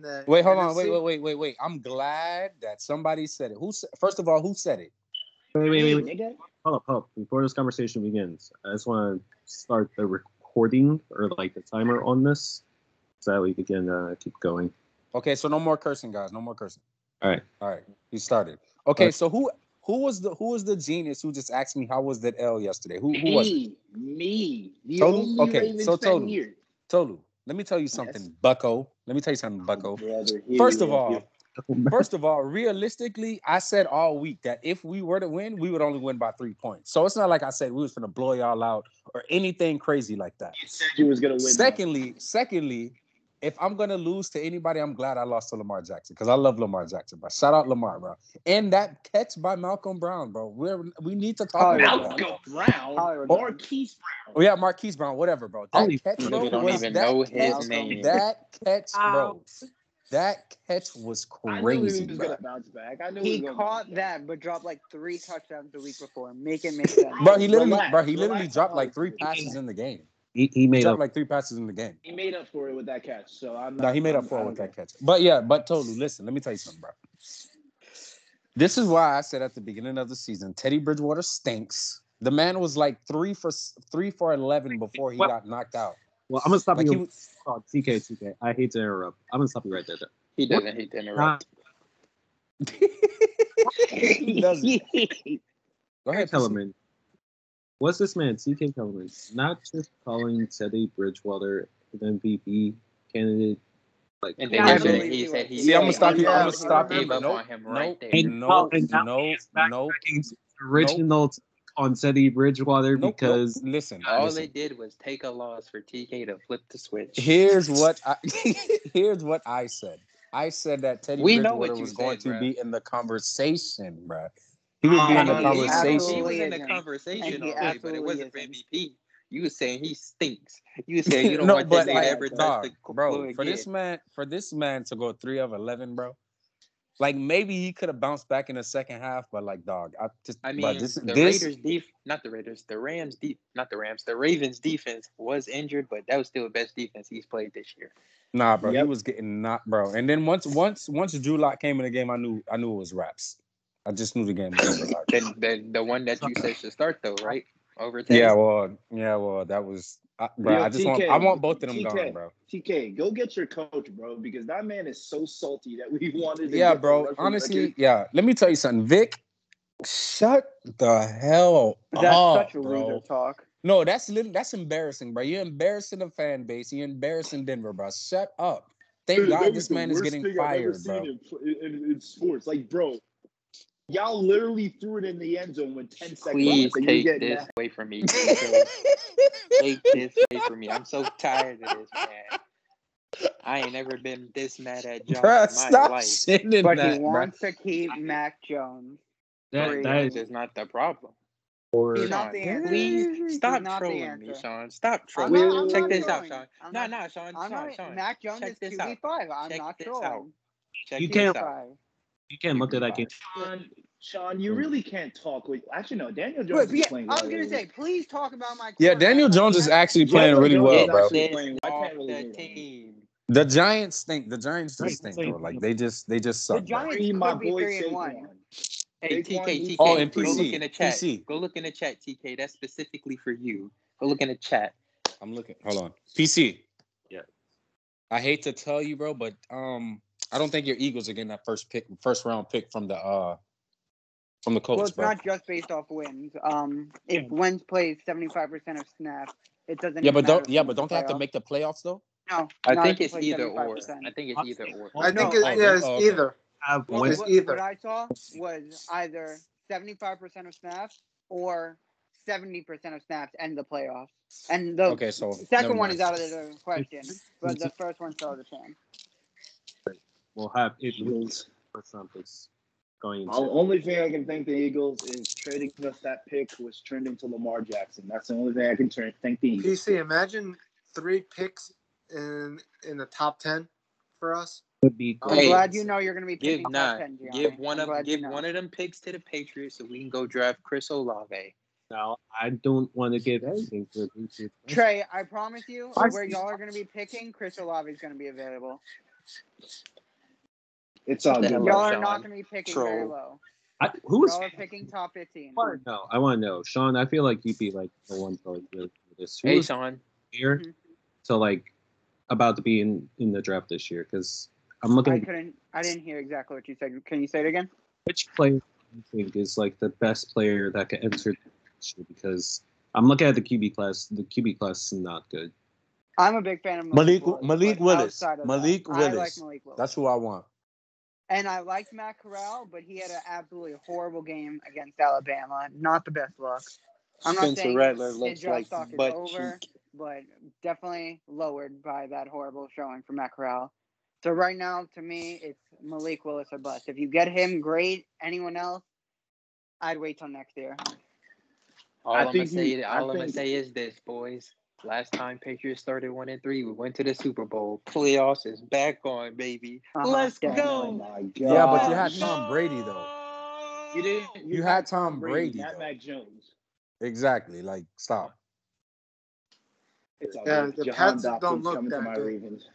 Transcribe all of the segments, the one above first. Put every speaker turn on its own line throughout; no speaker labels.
the
Wait, hold on.
NFC.
Wait, wait, wait, wait, wait. I'm glad that somebody said it. Who? sa- First of all, who said it?
Wait, wait, wait, wait.
nigga.
Hold up, hold up. Before this conversation begins, I just want to start the recording or like the timer on this so that we can uh, keep going.
Okay, so no more cursing, guys. No more cursing.
All right.
All right. You started. Okay,
Okay.
so who who was the who was the genius who just asked me how was that L yesterday? Who who was it?
Me, me, the
Total?
only
Okay,
Ravens
so
fan
total.
here.
Tolu? Let me tell you something,
Yes.
Bucko. Let me tell you something, Bucko.
Brother, here
First
we
of
are.
all, First of all, realistically, I said all week that if we were to win, we would only win by three points. So it's not like I said we was gonna blow y'all out or anything crazy like that.
you said you was gonna win.
Secondly, secondly, if I'm gonna lose to anybody, I'm glad I lost to Lamar Jackson because I love Lamar Jackson, bro. Shout out Lamar, bro. And that catch by Malcolm Brown, bro. We're we need to
Oh,
talk about that.
Malcolm Brown,
Howard.
Marquise
Oh, yeah, Marquise Brown, whatever, bro. That
Holy
catch,
shit.
bro,
Nigga
don't
was
even
that
know
catch-
his name.
That catch, bro.
Wow.
That catch was
Brown. I knew he was
crazy, bro.
gonna bounce back. I knew
he
was gonna
caught
bounce back.
that, but dropped like three touchdowns the week before. Make it make sense.
Bro, he literally,
Relax,
bro, he literally
relax.
dropped like three passes in the game.
He, he
He
made up.
dropped like three passes in the game.
He made up for it with that catch. So I'm not.
No, he made up
I'm-
for it
I'm
with
okay.
that catch. But yeah, but totally. Listen, let me tell you something, bro. This is why I said at the beginning of the season, Teddy Bridgewater stinks. The man was like three for three for eleven before he
What?
got knocked out.
well, I'm going to stop
Like
you.
he was,
Oh, TK, TK. I hate to interrupt. I'm going to stop you right there. though.
He doesn't hate
Nah,
to interrupt.
he doesn't. Go ahead, proceed.
Kellerman. What's this man, TK Kellerman, not just calling Teddy Bridgewater an MVP candidate? Like,
And then he
Yeah, I
said
believe
he
you.
said he.
See, I'm gonna
he
stop you. I'm gonna
gave
stop you.
up
Nope.
on him
Nope.
right there.
And
No,
now- and now
no,
he's back
no,
tracking his original t- on Teddy Bridgewater
nope,
because
nope. listen,
All
listen.
they did was take a loss for TK to flip the switch.
Here's what I here's what I said. I said that Teddy
We know
Bridgewater
what you
was going
said,
to
bruh.
be in the conversation, bro. He would be
I
in the
mean, he was- He
conversation.
was in the
Ah, Absolutely.
conversation
And he
already, but it wasn't for
absolutely
MVP. You was saying he stinks. You was saying you don't
no,
want
but
this nigga
like,
to ever touch
dog,
the c- floor
bro, for this
again.
man, for this man to go three of eleven, bro. Like maybe he could have bounced back in the second half, but like, dog, I just,
I mean,
bruh, this,
the
this,
Raiders def not the Raiders, the Rams deep, not the Rams, the Ravens defense was injured, but that was still the best defense he's played this year.
nah, bro,
Yep.
he was getting not, bro. And then once, once, once Drew Lock came in the game, I knew, I knew it was wraps. I just knew the game was over. like.
Then the the one that you said should start though, right? Over Teddy.
yeah, well, yeah, well, that was, I, bro.
Yo,
I just want,
TK,
I want both of them
TK.
gone, bro.
TK, go get your coach, bro, because that man is so salty that we wanted. To
Yeah,
get the
bro.
referee
Honestly,
back
yeah. Let me tell you something, Vic. Shut the hell
That's
Oh,
up,
such a
bro.
loser talk.
No, that's lit- that's embarrassing, bro. You're embarrassing the fan base. You're embarrassing Denver, bro. Shut up.
in.
Thank
Dude, that
God
was
this
the
man is
worst thing
getting
I've ever
fired,
seen
bro.
In, in, in sports, like, bro, y'all literally threw it in the end zone with ten seconds.
Please
left, and you
take
get
this
mad.
away from me. TK. take this away from me. I'm so tired of this, man. I ain't never been this mad at y'all
Bruh,
in my
stop
life.
sending
But
that,
he
bruh.
wants to keep Mac Jones.
that,
Three.
that
That's
is
just not the problem.
for
He's
Sean,
not the answer.
please
He's
stop
not the
trolling me,
answer.
Sean. Stop
I'm
trolling.
not- I'm
Check
not
this out,
trolling.
Sean.
I'm
No,
not-
no, Sean,
I'm
Sean,
not,
Sean.
Mac Jones
check
is
this out.
QB five. I'm
Check
not
this
trolling.
Check
You
this
can't-
out.
Five.
you can't look at that game.
Sean, Sean,
Mm.
you really can't talk. With, actually, no, Daniel Jones
But,
is
yeah,
playing.
I was
well
gonna
lately.
say, please talk about my.
Yeah, Daniel Jones is actually playing
Daniel
really well,
Jones is
bro.
actually-
Get
playing.
this
I can't
off
really hear
the
him.
team.
The Giants stink. The Giants just
Right,
stink, bro. Like they just, they just
The
suck. bro.
Giants
Free
could
my
be
boy
three and
Saquon.
one.
Hey,
Saquon
TK, TK.
needs- Oh,
and
Go
PC,
look in the chat.
PC.
Go look in the chat, TK. That's specifically for you. Go look in the chat.
I'm looking. Hold on. PC.
Yeah.
I hate to tell you, bro, but um, I don't think your Eagles are getting that first pick, first round pick from the uh, from the Colts,
Well, it's
bro.
not just based off wins. Um, if wins plays seventy five percent of snaps, it doesn't.
yeah,
even
but don't.
matter
Yeah,
if
but
it's a
don't they have to
playoff.
make the playoffs though?
No,
I
not
think
if
it's
plays
either or.
75%.
I think it's either or.
I
I
No,
think
it's-
oh, yeah, it's okay.
either.
have
Well,
one.
what,
either.
what I saw was either seventy five percent of snaps or seventy percent of snaps and the playoffs. And the
Okay, so never
second one
mind.
is out of the question, but the first one still the same.
We'll have it lose or something going
The
into.
only thing I can thank the Eagles is trading us that pick was turned into Lamar Jackson. That's the only thing I can turn, thank the Eagles.
PC, imagine three picks in in the top ten for us.
Would be
I'm
Hey,
glad you know you're going to be
Give
picking top
not.
10, Gianni.
Give one
I'm
of
glad you
give
know.
one of them picks to the Patriots so we can go draft Chris Olave.
now. I don't want to give anything to the Patriots.
Trey, I promise you,
I
where
see.
y'all are going to be picking, Chris Olave is going to be available.
It's all
Yeah.
good.
Yeah.
Yeah.
Y'all are
Sean.
not going to be picking very
Troll.
low.
I, who is?
Y'all are picking top 15.
I want to know. I want to know, Sean. I feel like you'd be like the one to like really do this. Who
Hey,
was
Sean.
here
Mhm.
to like about to be in in the draft this year? Because I'm
I
looking at
couldn't. I didn't hear exactly what you said. Can you say it again?
which player you think is like the best player that could enter this year. Because I'm looking at the QB class. The QB class is not good.
I'm a big fan of Malik.
Malik-
Willis,
Malik
but
Willis.
outside of that,
Malik
I like
Willis.
Malik Willis.
That's who I want.
and I liked Matt Corral, but he had an absolutely horrible game against Alabama. Not the best look. I'm not
Spencer
saying
Rattler
his
looks
job
like
stock is
butt
over,
cheek.
but definitely lowered by that horrible showing from Matt Corral. So right now, to me, it's Malik Willis or bust. If you get him, great. Anyone else, I'd wait till next year.
All
I
I am gonna
think
say,
you- I
all I'm gonna
think-
say is this, boys. Last time Patriots started one and three, we went to the Super Bowl. Playoffs is back on, baby.
Uh-huh,
Let's
yeah.
Oh
go.
my god.
Yeah, but you had
Let's
Tom
go.
Brady, though.
You didn't.
You had Tom Brady,
not
though.
Mac Jones.
Exactly. Like, stop.
It's all
Yeah,
good.
the
Jahan
Pats
Dotson
don't look
coming to
that
my
good.
Ravens.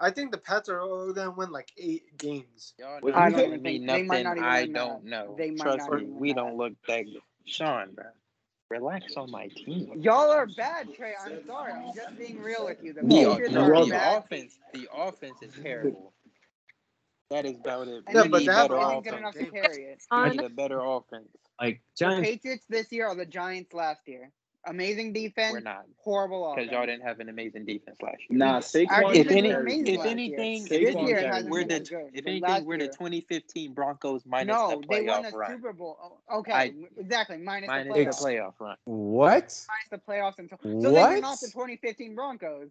I think the Pats are only gonna win like eight games.
Y'all
Well,
not
I don't
telling
even
me
think- they might
nothing
not even
I
win
don't
that.
know.
They might
Trust
not
me,
even
we
win
don't look that good. Sean, bro, relax on my team.
Y'all are bad, Trey. I'm sorry. I'm just being real with you. The
We are,
Patriots
no,
are
we
no,
are
the
bad.
offense, the offense is terrible. That is about it.
And
Yeah,
yeah,
We
but
but
need
that
that
better
isn't
offense-
good enough
offense.
to carry it.
We
On
need a better offense.
Like
The
Giants,
Patriots this year are the Giants last year. Amazing
We're
defense,
not
horrible offense.
because y'all didn't have an amazing defense last year.
Nah,
Our
Saquon.
If
defense
any,
was amazing
if
last year.
anything,
Saquon
if
This year it
anything,
hasn't
we're
been
the
as good.
if
but last
anything we're the
year-
2015 Broncos minus
no,
the
they won a
playoff run,
Super Bowl. Oh, okay,
I-
exactly. Minus,
minus
the playoffs.
the playoff run.
What?
Minus the playoffs. And so so they were
What?
not the 2015 Broncos.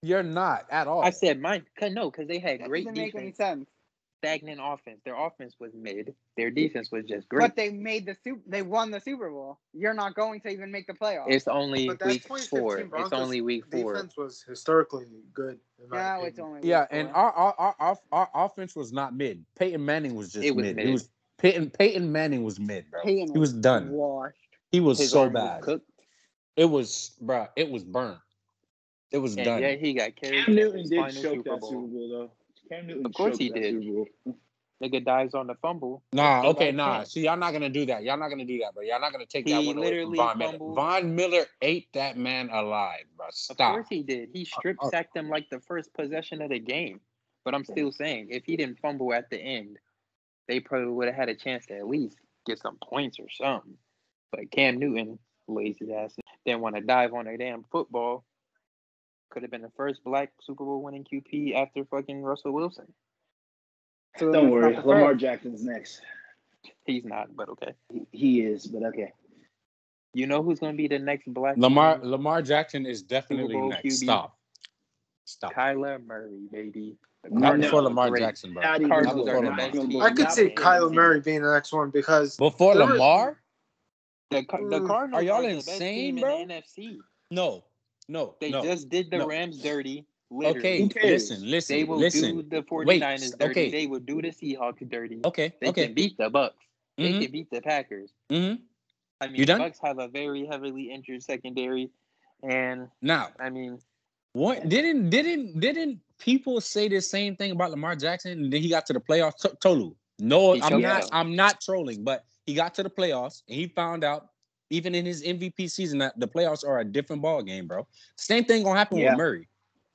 You're not at all.
I said mine, cause no, because they had
Oh. That
great
doesn't make any
defense,
sense.
stagnant offense. Their offense was mid. Their defense was just great.
But they made the Super. They won the Super Bowl. You're not going to even make the playoffs.
It's only
But that
week
2015
four.
Broncos
it's only week four.
Defense was historically good. In my
now
opinion.
it's only
Yeah,
week
and
four.
our our, our our our offense was not mid. Peyton Manning was just
It was
mid. It
mid.
was Peyton Peyton Manning was mid, bro.
Peyton
he was done.
washed.
He was
His
so
arm was
bad.
cooked,
it was bro. It was burnt. It was
and
done.
yet he got carried
Cam
in
Newton
his
did
final
choke
Super
that Super
Bowl.
Bowl though. Cam Newton.
Of course
choked
he
that
did.
Super Bowl.
Nigga dies on the fumble.
Nah,
Nobody
okay, nah.
can.
See, y'all not gonna do that. Y'all not gonna do that, bro. Y'all not gonna take that
He
one away from
literally
Von Miller.
fumbled.
Von Miller ate that man alive, bro.
Of
Stop.
course he did. He strip
oh.
sacked them like the first possession of the game. But I'm still saying, if he didn't fumble at the end, they probably would have had a chance to at least get some points or something. But Cam Newton, lazy ass, didn't want to dive on a damn football. Could have been the first black Super Bowl winning QP after fucking Russell Wilson.
So
Don't
that's
worry,
not the
Lamar
first.
Jackson's next.
He's not, but okay.
He- He is, but okay.
You know who's going to be the next black
Lamar
man?
Lamar Jackson is definitely
Bowl
next.
QB.
Stop. Stop.
Kyler Murray, baby. The
No,
Not
Cardinals
before
are
Lamar
great.
Jackson, bro.
Not even
Cardinals
Not
are the
before
best
Lamar.
team.
I could
in
see
the
Kyler
NFC.
Murray being the next one because
Before
There is-
Lamar?
The, Car- the
Mm.
Cardinals
Are
are,
y'all
the best
insane,
team
bro?
in the NFC.
No. No.
They
no.
just did the
no.
Rams dirty. Literally.
Okay,
cares?
listen, listen,
They will
listen.
do the 49ers
Wait,
dirty.
okay.
They will do the Seahawks dirty.
Okay,
They
okay.
can beat the Bucks. They
Mhm,
can beat the Packers.
mhm.
I mean,
You
the
done?
Bucks have a very heavily injured secondary, and
Now,
I mean,
what didn't didn't didn't people say the same thing about Lamar Jackson and then he got to the playoffs? To- Tolu. No,
He
I'm
choked
not
out.
I'm not trolling, but he got to the playoffs and he found out even in his MVP season that the playoffs are a different ball game, bro. Same thing gonna happen
Yeah.
with Murray.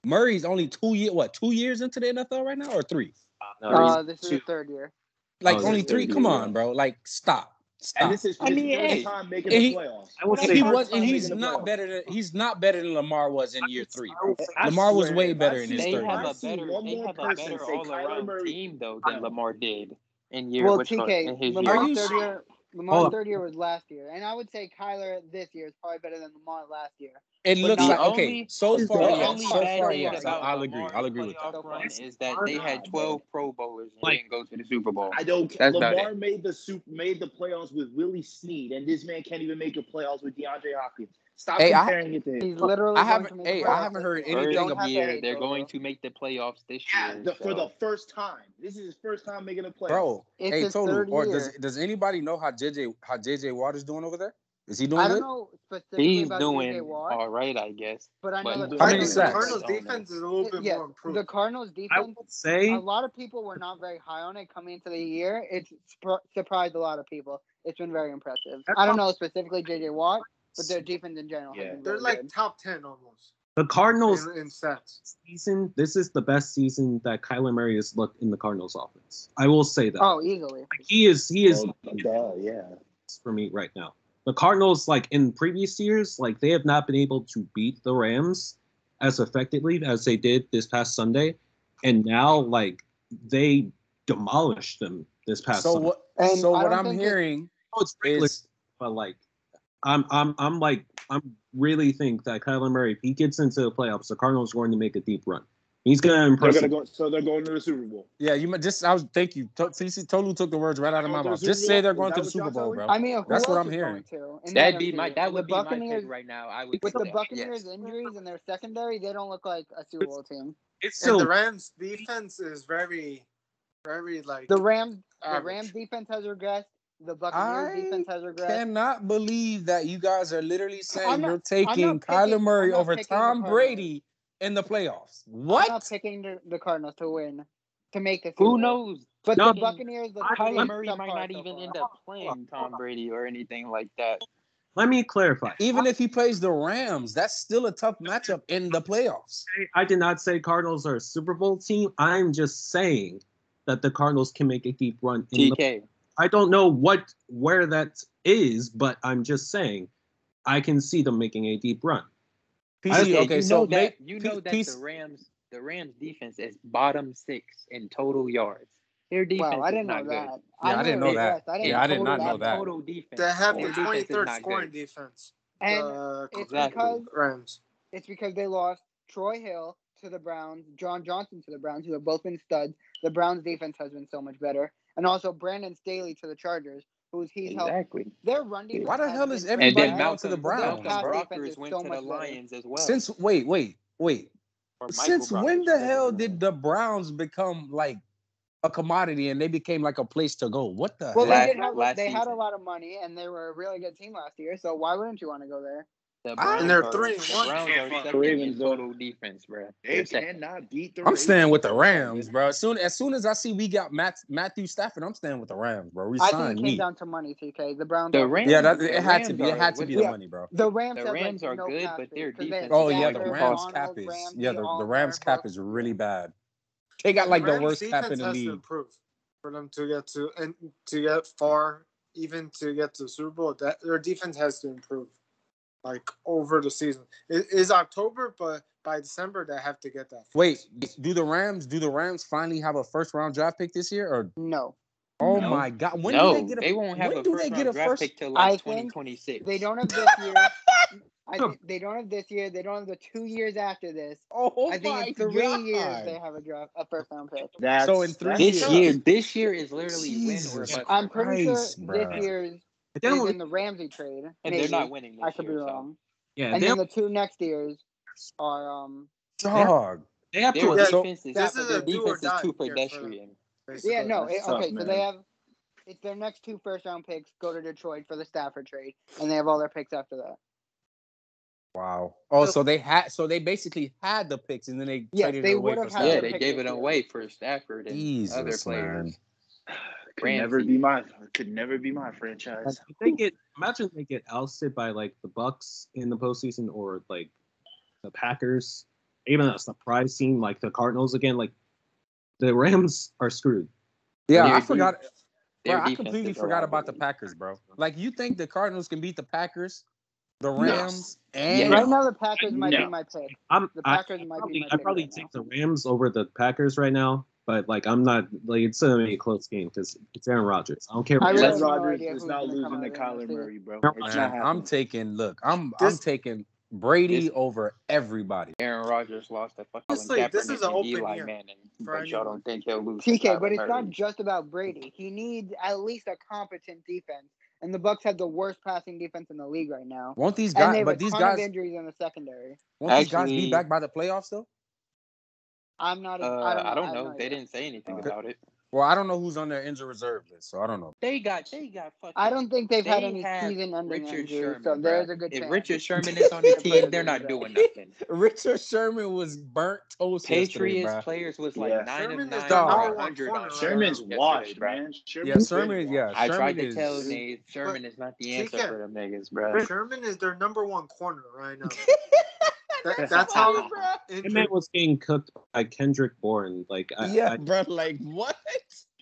Murray's only two year what two years into the NFL right now or three?
Uh, this is the third year.
Like
Oh,
only
yeah,
three.
yeah,
Come
yeah.
on, bro. Like stop. Stop.
And this is his
I mean,
first
hey.
time making
And
the
he-
playoffs.
I will
And
say
he
First
was,
time
and he's
making the
not
playoffs.
better than he's not better than Lamar was in year three.
I will say-
I
Lamar was
swear,
way
if
better
I
in
see-
his
they
if
third
I
have
year.
a
see
better,
one
they
more
have a
person
better
say
all
Kyler
around
Murray-
team though than Lamar did in year
Well,
which one-
TK,
in his year.
Are
Lamar's
you
third
sure?
year.
Hold
Lamar's
up.
third year was last year, and I would say Kyler this year is probably better than Lamar last year.
It
But
looks
the
like okay.
only-
So
the
far,
The
yes.
only
So
bad
far,
thing
yes. I,
about
I'll agree.
Lamar's
I'll agree with that.
playoff run is that
Lamar-
they had 12 Pro Bowlers and
Like-
didn't go to the Super Bowl.
I don't. care.
That's about
Lamar made the soup, made the playoffs with Willie Snead, and this man can't even make the playoffs with DeAndre Hopkins. Stop
Hey, I-
comparing it to him.
He's literally. going
I
to
haven't.
make the
Hey,
playoffs
I haven't
this
heard
year.
anything
You don't
First
about
have to
year,
hate
they're
Joe,
going
though.
to make the playoffs this
Yeah,
year.
the, for
so-
the first time. This is his first time making the playoffs.
bro.
It's
hey,
his
Tolu,
third
or
year.
does does anybody know how JJ how JJ Watt is doing over there? Is he doing
I don't
it?
know specifically
He's
about
doing
DJ Watt,
all right, I guess.
but I know
but
that
How many
Cardinals,
sacks?
Cardinals defense is a little bit
Yeah,
more improved.
the Cardinals
I
defense.
would say
A lot of people were not very high on it coming into the year. It's spr- surprised a lot of people. It's been very impressive. I don't know specifically JJ Watt, but their defense in general.
Yeah.
has been
They're
very
like
good.
top ten almost
the Cardinals
in, in sets.
season. This is the best season that Kyler Murray has looked in the Cardinals offense. I will say that.
oh, easily.
Like, he is he is
Oh, duh, yeah.
for me right now. The Cardinals, like in previous years, like they have not been able to beat the Rams as effectively as they did this past Sunday, and now like they demolished them this past.
So
Sunday.
what?
And
so
I
what
don't
I'm
think it-
hearing
I know it's regular,
is
but like, I'm I'm I'm like I'm really think that Kyler Murray, if he gets into the playoffs, the Cardinals are going to make a deep run. He's going to
They're
impress.
gonna go, so they're going to the Super Bowl.
yeah. You might just I was thank you. To- CC totally took the words right out of my
Going to
mouth.
the Super
Just say they're
Bowl?
going to the
Is that
Super
what
Bowl,
y'all
bro.
I mean, who
That's
else
what I'm
is
hearing.
Going to in the
That'd be
NFC?
my that would
the
be my pick
Buccaneers-
right now. I would
With
say
the
that,
Buccaneers'
yes.
injuries and their secondary, they don't look like a Super Bowl team.
It's
And the
so
Rams defense is very, very like
The Rams, the
average.
Rams defense has regressed. The Buccaneers
I
defense has regressed.
Cannot believe that you guys are literally saying
I'm not-
you're taking
picking-
Kyler
I'm
Murray
not
over
picking the
Tom
Cardinals.
Brady in the playoffs.
I'm not
What?
picking the, the Cardinals to win, to make the Super
Who
Bowl.
knows?
But
No.
the Buccaneers, the
I-
team
Kyler
is
Murray
subpar
might not
so
even
far.
end up playing Tom Brady or anything like that.
let me clarify.
Even if he plays the Rams, that's still a tough matchup in the playoffs.
I did not say Cardinals are a Super Bowl team. I'm just saying that the Cardinals can make a deep run. In the,
TK,
I don't know what where that is, but I'm just saying I can see them making a deep run.
PC,
TK,
okay,
you
so
know that
make-
you
P-
know that
PC
the Rams the Rams defense is bottom six in total yards. Their defense
Wow, I
is
didn't know
not
that.
good.
Yeah, I
knew
didn't
it
know that.
regressed. I didn't
Yeah, I did
totally
not know
got
that.
Total defense.
They have
Their
the
defense is
23rd
not
scoring
good.
defense.
And
the
it's
Exactly.
because
Rams.
It's because they lost Troy Hill to the Browns, John Johnson to the Browns, who have both been studs. The Browns' defense has been so much better, and also Brandon Staley to the Chargers, who's he's helped.
Exactly.
Their run defense.
Why the
has
hell
been
is
And
everybody
then
bad,
going to the
but their
Malcolm
Browns,
Malcolm
pass
bro?
defense
Brockers
is
went
so
to
much
the
better.
Lions as well.
Since wait, wait, wait.
Or Michael
Since when
Brockers,
the
whatever
hell
his name
did the Browns become like a commodity and they became like a place to go? What the
Well,
hell?
Last-
they did have
Uh, last
they had a
season.
lot of money, and they were a really good team last year. So why wouldn't you want to go there?
The
I-
Browns
And
they're
Uh,
are-
three and
The
one.
Browns
Can't
are
beat the
second in
Ravens, though.
total defense, bro.
They
They're second.
cannot beat the
I'm
Ravens.
staying with the Rams, bro. As soon as soon as I see we got Matt, Matthew Stafford, I'm staying with the Rams, bro.
I think it
Resign
came
me.
down to money, TK. The Browns.
The
are-
Rams,
Yeah, that
the
it had to
Rams
be. It
are-
had to
what
be
the-
the
Yeah.
money, bro.
The Rams.
The
have, like,
Rams are
no
good,
pass
but
rush,
their
'cause they have
defense
Oh
is
yeah,
like
the
Stafford,
Rams
Donald,
cap is
Ramsey,
yeah, the, the
Oliver,
Rams cap
Brooks.
is really bad. They got like the
Rams
worst cap in
defense
the
has to
league.
improve for them to get to and to get far, even to get to the Super Bowl. That their defense has to improve, like over the season. It is October, but by December they have to get that. far.
Wait, do the Rams do the Rams finally have a first round draft pick this year? Or
No,
oh
No.
my god, when
no,
do they get a
won't have
when
a
do
first
they get
round
a
draft
first-
pick till
I
like
think
2026.
they don't have this year. I thi- they don't have this year. They don't have the two years after this.
Oh
I think
my
in three years
God.
they have a draft, a first round pick.
That's,
So in three
that's
This
tough.
year, this year is literally win or
Jesus
bust.
I'm pretty
Christ,
sure
bruh.
this year's
But they
is
don't,
in the Ramsey trade.
and
maybe.
they're not winning this
I could be
year. so
wrong.
yeah,
And
they,
then
don't,
the two next years are um.
dog.
they have
Their
to.
Yeah,
so-
defense is
this is
their
a do or
defense is
die
too
here for them.
pedestrian.
basically.
Yeah, no,
Oh, that's
it,
tough,
okay. so they
man.
have it's their next two first round picks go to Detroit for the Stafford trade, and they have all their picks after that.
Wow. Oh, so they had so they basically had the picks and then they
Yes,
traded
they
it away
would have
for
had
Yeah,
their
Stafford.
they
pick
gave
this
it
year.
away for Stafford and other
Jesus,
players.
man.
Could
Ramsey.
never be my could never be my franchise.
If they get imagine they get ousted by like the Bucks in the postseason or like the Packers, even a surprise team like the Cardinals again. Like the Rams are screwed.
Yeah,
Their
I
de-
forgot.
their
Bro, I
defense
completely
is a
forgot about the
liability.
Packers, bro. Like you think the Cardinals can beat the Packers, the
No.
Rams,
Yeah.
and
Right now, the Packers might be
No.
my pick.
I'm
The
I,
Packers might be
probably,
my
I
pick.
probably
right now.
take the Rams over the Packers right now, but like I'm not like it's gonna be a close game because it's Aaron Rodgers. I don't care.
I
what-
really
Aaron
have no
Rodgers
idea
is
who's
not
gonna come
losing to
out of the
Kyler
NFC.
Murray, bro.
No,
It's
Man,
not
I'm
happening.
taking look, I'm I'm
This-
taking Brady
this-
over everybody.
Aaron Rodgers lost to fucking
Honestly,
Kaepernick
this is an
and
open
Eli
year
Manning,
for
but y'all
anyone.
don't think he'll lose. to
TK,
Kyler
but it's not
Murray.
just about Brady. He needs at least a competent defense, and the Bucks have the worst passing defense in the league right now.
Won't these
And they
guys
have a
but these
ton of
guys
injuries in the secondary.
won't these guys be
Actually-
back by the playoffs though?
I'm not.
Uh,
I don't know.
I don't
have
know.
no
They
idea.
didn't say anything
Uh,
about it.
Well, I don't know who's on their injury reserve list, so I don't know.
They got they got fucking.
I don't think they've had
They
any
have
season ending
Richard
injuries,
Sherman.
so
bruh.
there's a good
If
chance.
Richard Sherman is on the team, they're not doing nothing.
Richard Sherman was burnt toast yesterday,
Patriots
bruh.
players was like
Yeah.
nine
Sherman
of
is
nine
the
for
number
a
one
hundred.
corner
on
right
Sherman's
yesterday,
washed,
bruh.
man.
Yeah,
Sherman's
Sherman.
been
Yeah,
washed.
I tried
Sherman
to tell
is-
Nate Sherman is not the
TK.
answer for them niggas, bro.
Sherman is their number one corner right now. That,
That's
that's
funny, bruh.
how
That
injured
man was getting cooked by Kendrick Bourne. Like, I,
yeah,
I-
bro. Like what?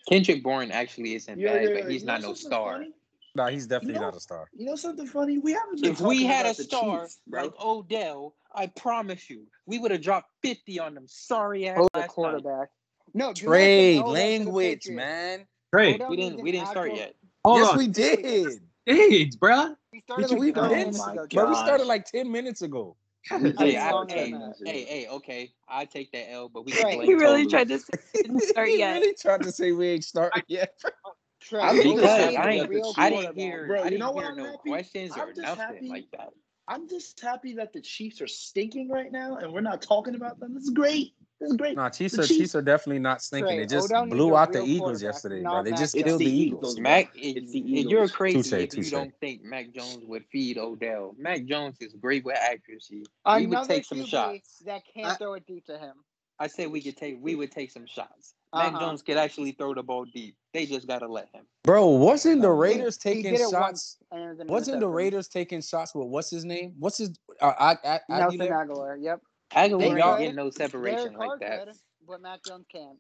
Kendrick Bourne actually isn't
Yeah,
bad,
yeah,
but he's
you know
not no
something
star.
funny?
Nah, he's definitely
You know-
not a star.
You know something funny? We haven't been
If we
talking
had a
about the
star
Chiefs, bro.
like Odell, I promise you, we would have dropped fifty on them sorry ass
Hold the
last night.
quarterback. No, do not take
Trade
Odell to the
language,
Patriots.
man.
Trey,
Odell
We
needs
didn't.
an
We didn't start
actual-
yet.
hold
yes,
on.
we did.
Dades, bruh.
We started like
We- we
30
did.
minutes
Oh my
ago.
But we
Josh.
started like ten minutes ago.
God,
I
Hey,
was
I,
longer
hey,
than that.
hey, hey, okay. I take that L, but we
Right.
can blame
He really
Tolu.
tried to say it didn't start
he
yet.
really tried to say we ain't starting yet.
Trey,
I'm
Odell needs
because I
a
ain't-
real
I didn't
quarterback.
hear.
Bro,
I
you
didn't
know what
hear
I'm
no
happy?
questions
I'm
or
just
nothing
happy.
like that.
I'm just happy that the Chiefs are stinking right now and we're not talking about them. This is great. This is great.
Nah, Chiefs
The
are
Chiefs-
Chiefs are definitely not stinking.
Trey,
They just
Odell needs
blew
a
out the
real
Eagles
quarterback,
yesterday,
not
bro. They
Mac
just
Jones.
killed
It's
the
the
Eagles.
Eagles.
Mac,
It's the
and you're
Eagles.
crazy
Touche,
if you
touche.
don't think Mac Jones would feed Odell. Mac Jones is great with accuracy. We would
Another
take some
QB
shots.
that can't throw it deep to him.
I say we could take. We would take some shots.
Uh-huh.
Mac Jones could actually throw the ball deep. They just gotta let him.
Bro, wasn't the
He-
Raiders
he
taking
did it
shots?
once, and it was an
Wasn't the
interception.
Raiders taking shots with what's his name? What's his uh, I, I, I,
Nelson
Aguilar?
Aguilar. Yep.
Aguilar ain't
Derek-
getting no
Derek
separation
Carr
like that.
could, but Mac Jones can't.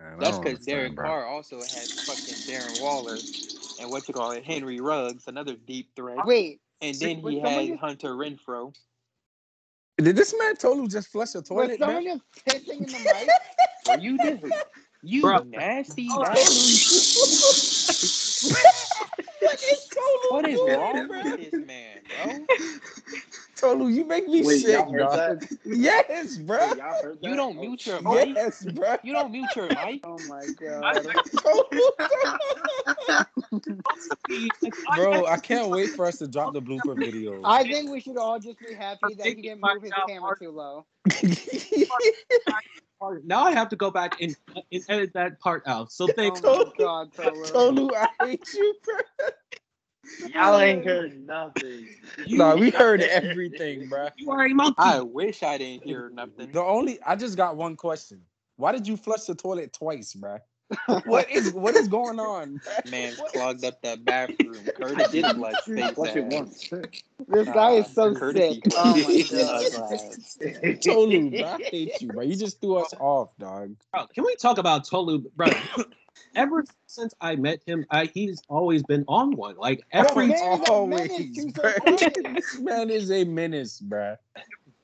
Man, I
That's
don't
because
understand,
Derek
bro.
Carr also has fucking Darren Waller and what you call it, Henry Ruggs, another deep threat.
Wait,
And then
Wait,
he
someone
had
just-
Hunter Renfro.
Did this man Tolu just flush a
was
toilet?
someone
Man?
just pissing in the mic?
Well, you did you
Bruh.
nasty
Tolu,
nasty.
What is Tolu
What is
doing,
wrong
bro?
with this man, bro?
Tolu, you make me
Wait,
sick,
y'all heard
bro.
that?
Yes, bro.
Wait, y'all heard that?
You don't
Oh,
mute your mic.
Yes, bro.
You don't mute your mic.
Oh my god.
bro, I can't wait for us to drop the blooper video.
I think we should all just be happy that he didn't move his camera too low.
part- now I have to go back and, and edit that part out. So thanks.
Oh my god, Tolu.
Tolu, I hate you, bro.
Y'all ain't heard nothing.
Nah, we heard everything, bro.
You are a monkey.
I wish I didn't hear nothing.
The only I just got one question. Why did you flush the toilet twice, bro? What is what is going on? bruh?
Man clogged up that bathroom. Curtis did like face
Watch it
ass.
once.
This guy is so
Curtis,
sick. Oh my god.
my
Tolu, bro, I hate you, bro. You just threw us off, dog.
Bro, can we talk about Tolu, bro? ever since I met him, I, he's always been on one. Like every
man is a menace to
bruh. This man is a menace, bro.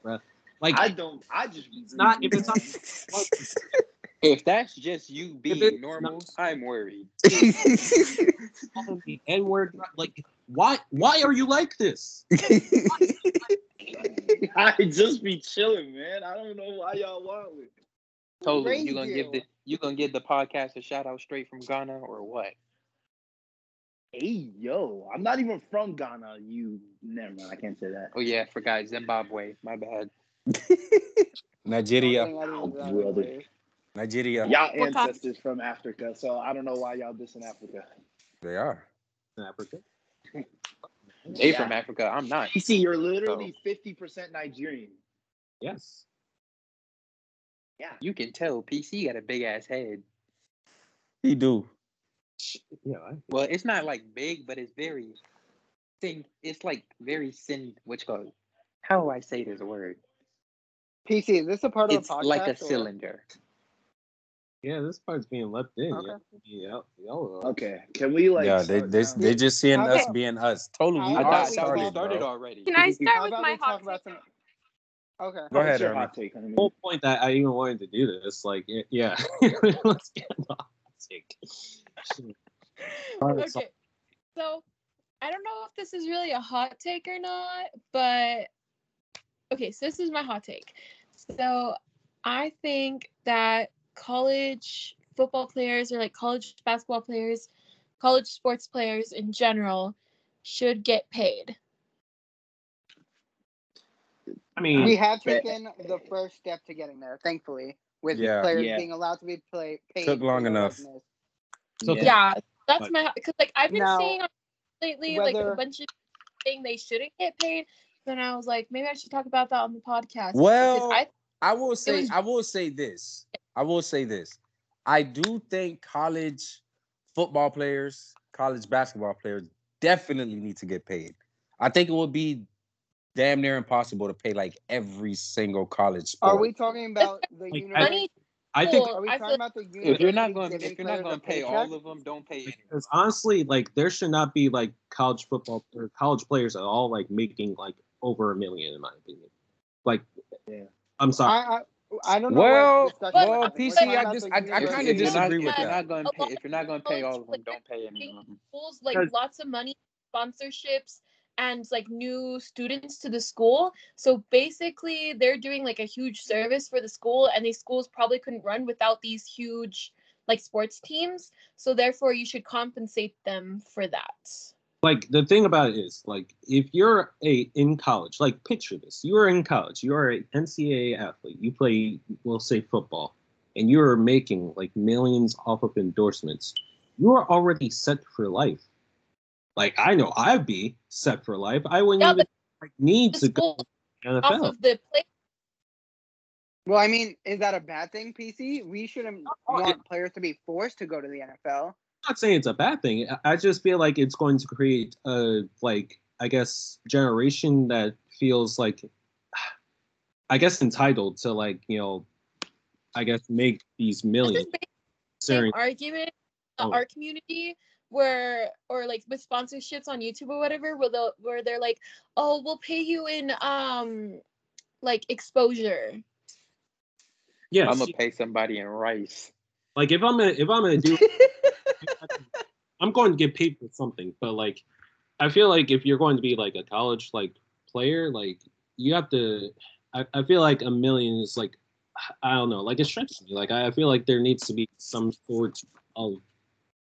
like
I don't. I just. It's
not- if it's not-
If that's just you
it's
being normal, I'm worried.
calling the N word. Like why? Why are you like this?
I just be chilling, man. I don't know why y'all want it.
Tolu,
Raised
you gonna give
you.
the you gonna give the podcast a shout out straight from Ghana or what?
Hey, yo, I'm not even from Ghana. You never mind. I can't say that.
Oh yeah, I forgot Zimbabwe. My bad.
Nigeria,
I don't think I did
Brother.
that.
Nigeria,
Y'all
What time?
ancestors from Africa, so I don't know why y'all dissing Africa.
they are.
In Africa.
They
Yeah.
from Africa. I'm not.
You see, you're literally fifty percent Nigerian.
Yes.
Yeah.
You can tell PC got a big ass head.
He do.
Yeah. I,
Well, it's not like big, but it's very thin. It's like very thin. Which called? How do I say this word?
PC, is this a part of
It's
the podcast?
like a
or-
cylinder.
yeah. This part's being left in.
Okay.
Yeah. Yeah. y'all-
Okay. Can we like?
yeah, they
start
they
now?
they just seeing
Okay.
us being us. Tolu,
I
we
I
thought we
are
thought, I thought we
started,
started
bro.
already.
Can I
How
start with
about
my
we
hot
talk about
take?
some? Okay.
Go
What's
ahead,
your
Ernie.
hot take, honey?
The whole point that I even wanted to do this. Like y- yeah. Let's get on the hot take. Shit.
okay. So I don't know if this is really a hot take or not, but okay, so this is my hot take. So I think that college football players or like college basketball players, college sports players in general should get paid.
I mean,
We have taken the first step to getting there, thankfully. with
Yeah.
players
Yeah.
being allowed to be play, paid.
Took
for
long
their
enough.
likeness.
So
Yeah, that's
Like-
my because like I've been
Now,
seeing on lately like
whether-
a bunch of saying they shouldn't get paid. Then I was like, maybe I should talk about that on the podcast.
Well,
because I
I will say,
was-
I will say this. I will say this. I do think college football players, college basketball players definitely need to get paid. I think it would be damn near impossible to pay like every single college sport.
Are we talking about the
Like,
university?
money.
I think
Cool.
Are we
I
talking
feel-
about the university?
If you're not going,
giving
if you're not
players
going
a
to pay
paycheck?
all of them, don't pay any.
Because honestly, like there should not be like college football or college players at all like making like over a million in my opinion. Like,
Yeah.
I'm sorry.
I, I, I don't know.
Well,
well,
PC, I dis- I- I
If-
kinda
if you're not-
disagree with
if you're
that.
not going to pay, if you're not going to pay
College,
all of them,
like,
don't pay any of
getting
them.
schools like
Because-
lots of money sponsorships and like new students to the school so basically they're doing like a huge service for the school and these schools probably couldn't run without these huge like sports teams so therefore you should compensate them for that
like the thing about it is like if you're a in college like picture this you're in college you're an ncaa athlete you play we'll say football and you're making like millions off of endorsements you're already set for life like i know i'd be set for life i wouldn't
Yeah,
even like, need
the
to go
school
to the
off
nfl
of the play
Well, I mean, is that a bad thing, PC? We shouldn't
Oh, it-
want players to be forced to go to the NFL.
I'm not saying it's a bad thing. I- I just feel like it's going to create a like I guess generation that feels like I guess entitled to like you know I guess make these
this
millions.
is basically the
Considering-
same argument in
Oh.
our community where or like with sponsorships on YouTube or whatever where they'll where they're like, oh, we'll pay you in um like exposure.
Yes,
I'm gonna pay somebody in rice.
like if I'm gonna if I'm gonna do, I'm going to get paid for something. But like, I feel like if you're going to be like a college like player, like you have to. I, I feel like a million is like I don't know, like it stretches me. Like I, I feel like there needs to be some sort of,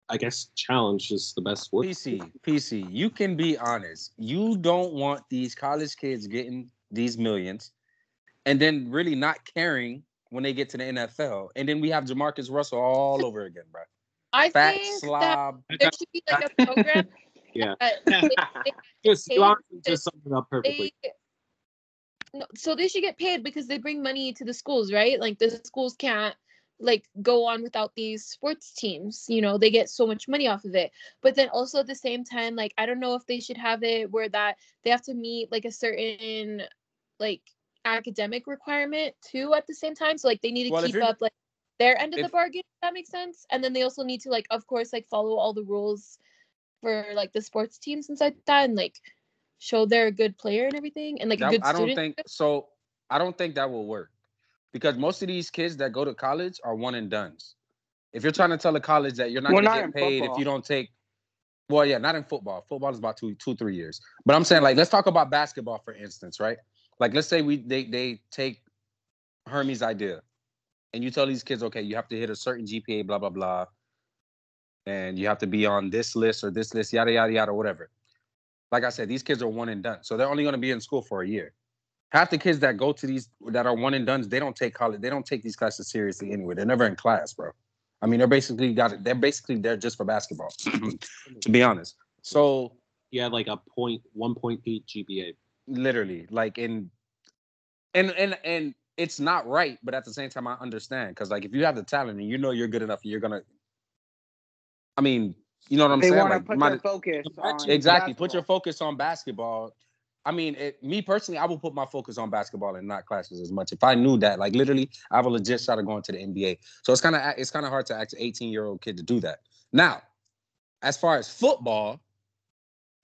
I guess, challenge is the best word.
PC, PC, you can be honest. You don't want these college kids getting these millions and then really not caring when they get to the NFL. And then we have Jamarcus Russell all over again, bro.
I
Fat
think that
slob.
there should be like a program
Yeah.
that they,
Just you
Paid
honestly just summed it up perfectly.
they no, so they should get paid because they bring money to the schools, right? Like the schools can't like go on without these sports teams. You know, they get so much money off of it. But then also at the same time, like I don't know if they should have it where that they have to meet like a certain like academic requirement too at the same time. So like they need to
Well, if
keep
you're-
up like their end of the
if-
bargain, if that makes sense. And then they also need to like of course like follow all the rules for like the sports teams and stuff like that and like show they're a good player and everything and like a
That-
good
I don't
student.
think so. I don't think that will work because most of these kids that go to college are one and done's. If you're trying to tell a college that you're not
Well,
going to
not
get
in
paid if
football.
you don't take, well, yeah, not in football. Football is about two, two, three years. But I'm saying, like, let's talk about basketball for instance, right? Like, let's say we they they take Hermes' idea, and you tell these kids, okay, you have to hit a certain GPA, blah blah blah, and you have to be on this list or this list, yada yada yada, whatever. Like I said, these kids are one and done, so they're only going to be in school for a year half the kids that go to these that are one and done, they don't take college, they don't take these classes seriously anyway. They're never in class, bro. I mean, they're basically got it. They're basically there just for basketball, to be honest. So
You had like a point one point eight GPA.
literally, like in and and and it's not right, but at the same time, I understand because like if you have the talent and you know you're good enough, you're gonna. I mean, you know what I'm
they
saying?
want to
Like, you
put
might-
their focus on
exactly put your
basketball.
focus on basketball i mean it, me personally i will put my focus on basketball and not classes as much if i knew that like literally i have a legit shot of going to the nba so it's kind of it's kind of hard to ask an 18 year old kid to do that now as far as football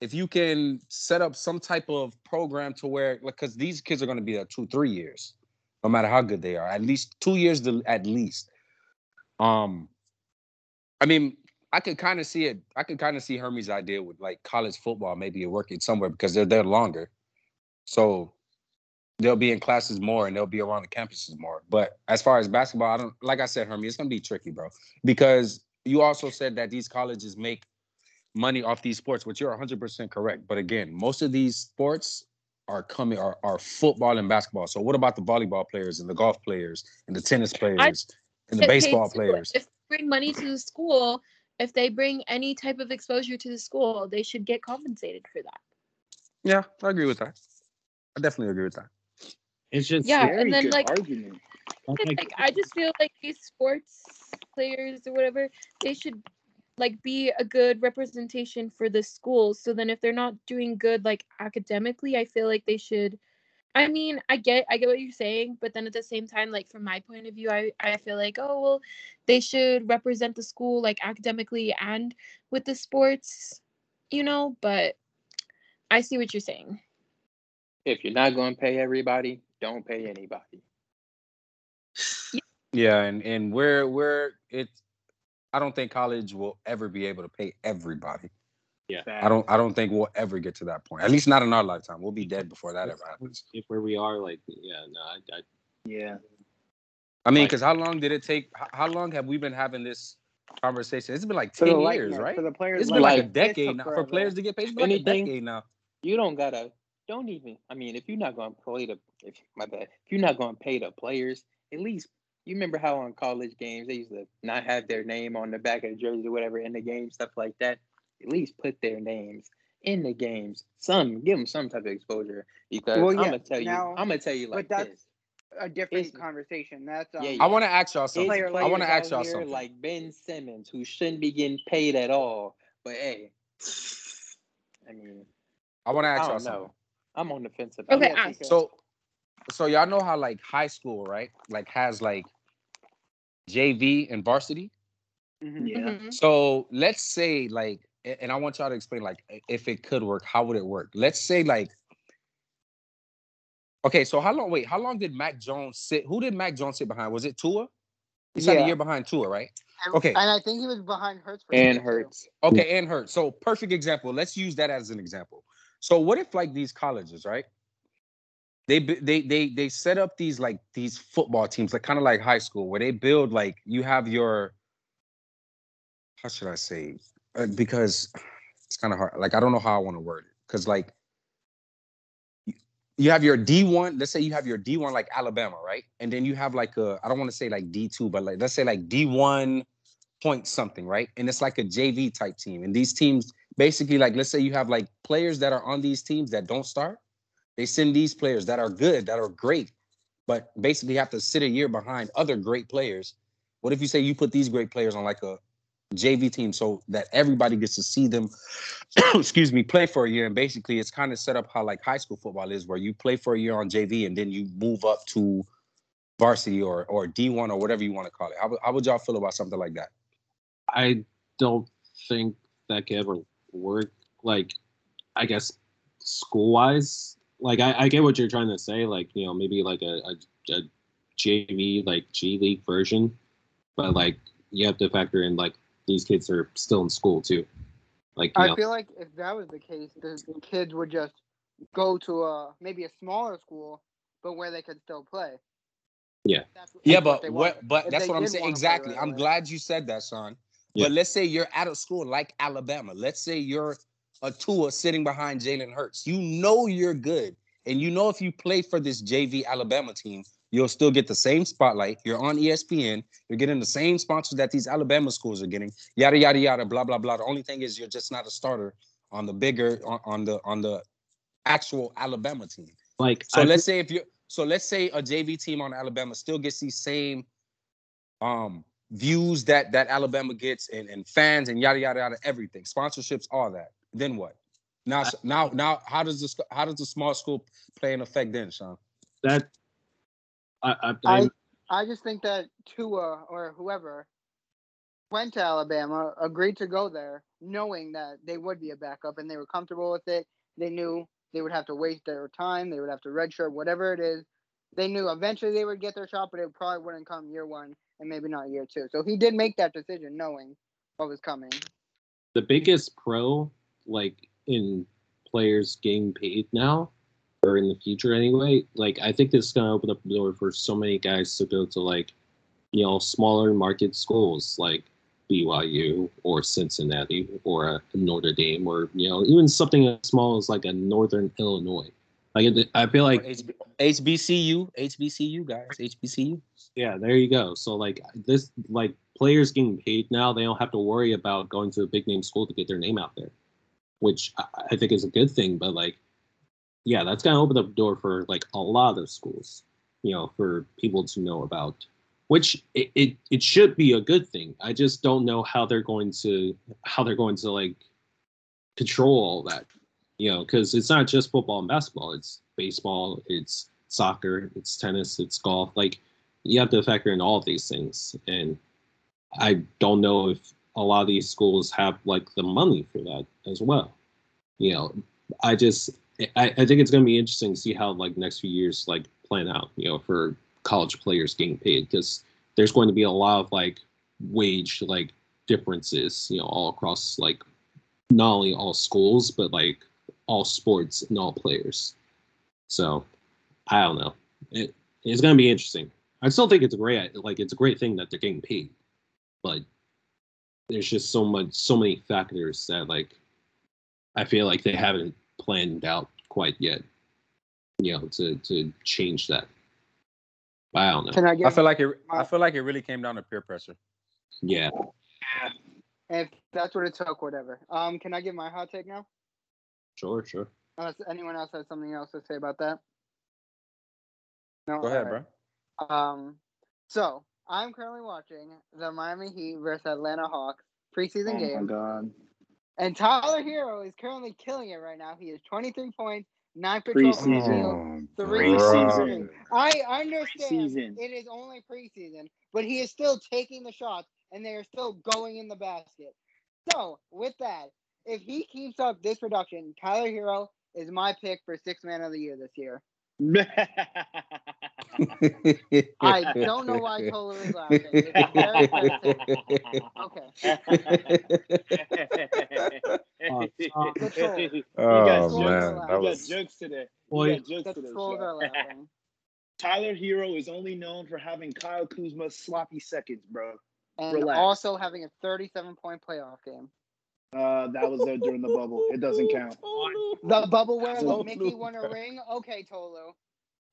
if you can set up some type of program to where because these kids are going to be there two three years no matter how good they are at least two years to, at least um i mean I could kind of see it. I could kind of see Hermes' idea with like college football maybe it working somewhere because they're there longer, so they'll be in classes more and they'll be around the campuses more. But as far as basketball, I don't like I said, Hermes, it's gonna be tricky, bro, because you also said that these colleges make money off these sports, which you're 100 percent correct. But again, most of these sports are coming are, are football and basketball. So what about the volleyball players and the golf players and the tennis players and the
get paid
baseball
to-
players?
If they bring money to the school, if they bring any type of exposure to the school, they should get compensated for that.
Yeah, I agree with that. I definitely agree with that.
It's just
Yeah,
Very
and then
good
like
argument.
like,
like I just feel like these sports players or whatever, they should like be a good representation for the schools. So then if they're not doing good like academically, I feel like they should I mean, I get I get what you're saying, but then at the same time, like from my point of view, I, I feel like, oh well, they should represent the school like academically and with the sports, you know, but I see what you're saying.
If you're not going to pay everybody, don't pay anybody.
Yeah, and and we're we're it. I don't think college will ever be able to pay everybody. I don't I don't think we'll ever get to that point. At least not in our lifetime. We'll be dead before that ever happens.
if where we are, like, yeah, no, I, I,
Yeah.
I mean, because how long did it take? How, how long have we been having this conversation? It's been like ten
the
years,
likeness,
right?
For the players,
It's been like, a
likeness,
decade
took
now for
forever.
players to get paid. It's been like a
Anything-
decade now.
You don't gotta. Don't even. I mean, if you're not gonna play the, if my bad, if you're not gonna pay the players, at least you remember how on college games they used to not have their name on the back of the jersey or whatever in the game, stuff like that. At least put their names in the games. Some give them some type of exposure because
Well,
I'm
yeah,
gonna tell you.
now-
I'm gonna tell you like
but that's-
this.
a different
It's-
conversation. That's um,
Yeah, yeah.
I want to ask y'all something.
Player
I want to ask
players out
y'all
here
something.
Like Ben Simmons, who shouldn't be getting paid at all, but hey, I mean,
I want to
I
ask y'all
don't
something.
know. I'm on the fence about
Okay,
it.
Yeah,
ask.
TK.
So, so y'all know how like high school, right? Like has like JV and varsity.
mhm.
Yeah.
Mhm.
So let's say like, a- and I want y'all to explain like if it could work, how would it work? Let's say like, okay, so how long? Wait, how long did Mac Jones sit? Who did Mac Jones sit behind? Was it Tua? He sat a
Yeah.
year behind Tua, right?
And-
Okay.
And I think he was behind Hurts for
And
that, too.
Hurts.
Okay, and Hurts. So perfect example. Let's use that as an example. So what if like these colleges, right? They bu- they they they set up these like these football teams, like kind of like high school, where they build like you have your how should I say? Uh, because it's kind of hard. Like I don't know how I want to word it. Because like you- you have your D1, let's say you have your D1 like Alabama, right? And then you have like a I don't want to say like D2, but like let's say like D1 point something, right? And it's like a JV type team. And these teams basically like let's say you have like players that are on these teams that don't start. They send these players that are good, that are great, but basically have to sit a year behind other great players. What if you say you put these great players on like a JV team so that everybody gets to see them, excuse me, play for a year. And basically, it's kind of set up how like high school football is, where you play for a year on JV and then you move up to varsity or or D1 or whatever you want to call it. How, would- how would y'all feel about something like that?
I don't think that could ever work. Like, I guess school wise, like I, I get what you're trying to say. Like, you know, maybe like a, a, a JV, like G League version, but like you have to factor in like these kids are still in school too. Like, you
I
know,
feel like if that was the case, the the kids would just go to a maybe a smaller school, but where they could still play.
Yeah.
That's,
Yeah,
that's
but
they
what?
wanted.
But
If
that's
they
what I'm
did
saying.
wanna play
Exactly.
right
I'm
away.
glad you said that, son.
Yeah.
But let's say you're at a school like Alabama. Let's say you're a Tua sitting behind Jalen Hurts. You know you're good, and you know if you play for this JV Alabama team, you'll still get the same spotlight. You're on E ESPN. You're getting the same sponsors that these Alabama schools are getting. Yada yada yada. Blah blah blah. The only thing is you're just not a starter on the bigger on, on the on the actual Alabama team.
like
So
I-
let's say if you so let's say a JV team on Alabama still gets these same um views that that Alabama gets and, and fans and yada yada yada everything sponsorships all that then what now s- now now how does this how does the small school play an effect then Sean
that. I, I, I,
I I just think that Tua or whoever went to Alabama agreed to go there, knowing that they would be a backup and they were comfortable with it. They knew they would have to waste their time. They would have to redshirt whatever it is. They knew eventually they would get their shot, but it probably wouldn't come year one and maybe not year two. So he did make that decision knowing what was coming.
the biggest pro like in players getting paid now or in the future anyway like i think this is going to open up the door for so many guys to go to like you know smaller market schools like byu or uh, cincinnati or a notre dame or you know even something as small as like a northern illinois Like it, I feel like
HB, HBCU, HBCU guys, HBCU.
yeah, there you go. So like this, like players getting paid now, they don't have to worry about going to a big name school to get their name out there, which I, I think is a good thing. But like, yeah, that's gonna open up the door for like a lot of schools, you know, for people to know about. Which it, it, it should be a good thing. I just don't know how they're going to how they're going to like control all that, you know, because it's not just football and basketball. It's baseball. It's soccer. It's tennis. It's golf. Like you have to factor in all of these things and i don't know if a lot of these schools have like the money for that as well you know i just i, I think it's going to be interesting to see how like next few years like plan out you know for college players getting paid because there's going to be a lot of like wage like differences you know all across like not only all schools but like all sports and all players so i don't know it, it's going to be interesting I still think it's a great like it's a great thing that they're getting paid, but there's just so much so many factors that like I feel like they haven't planned out quite yet. You know, to to change that. But I don't know.
Can I get?
I feel like it. I feel like it really came down to peer pressure.
Yeah.
if that's what it took, whatever. Um, can I give my hot take now?
Sure, sure.
Unless anyone else has something else to say about that. No.
Go ahead,
All right.
bro.
Um, so I'm currently watching the Miami Heat versus Atlanta Hawks preseason
Oh my
game,
god.
and Tyler Hero is currently killing it right now. He is 23 points, nine for 12 from the field.
Preseason.
Three
Preseason.
I understand
Oh, Preseason.
it is only preseason, but he is still taking the shots, and they are still going in the basket. So with that, if he keeps up this production, Tyler Hero is my pick for six man of the year this year. I don't know why Tola is laughing. It's very upsetting. okay.
Oh
Scored
man,
the
that
we
was
got jokes today.
Well,
We got jokes
The
today.
trolls
Shaq.
are laughing.
Tyler Hero is only known for having Kyle Kuzma's sloppy seconds, bro.
And
Relax.
also having a 37 point playoff game.
Uh, that was there during the bubble. It doesn't count.
The bubble where
Tolu.
when Mickey won a ring. Okay, Tolu.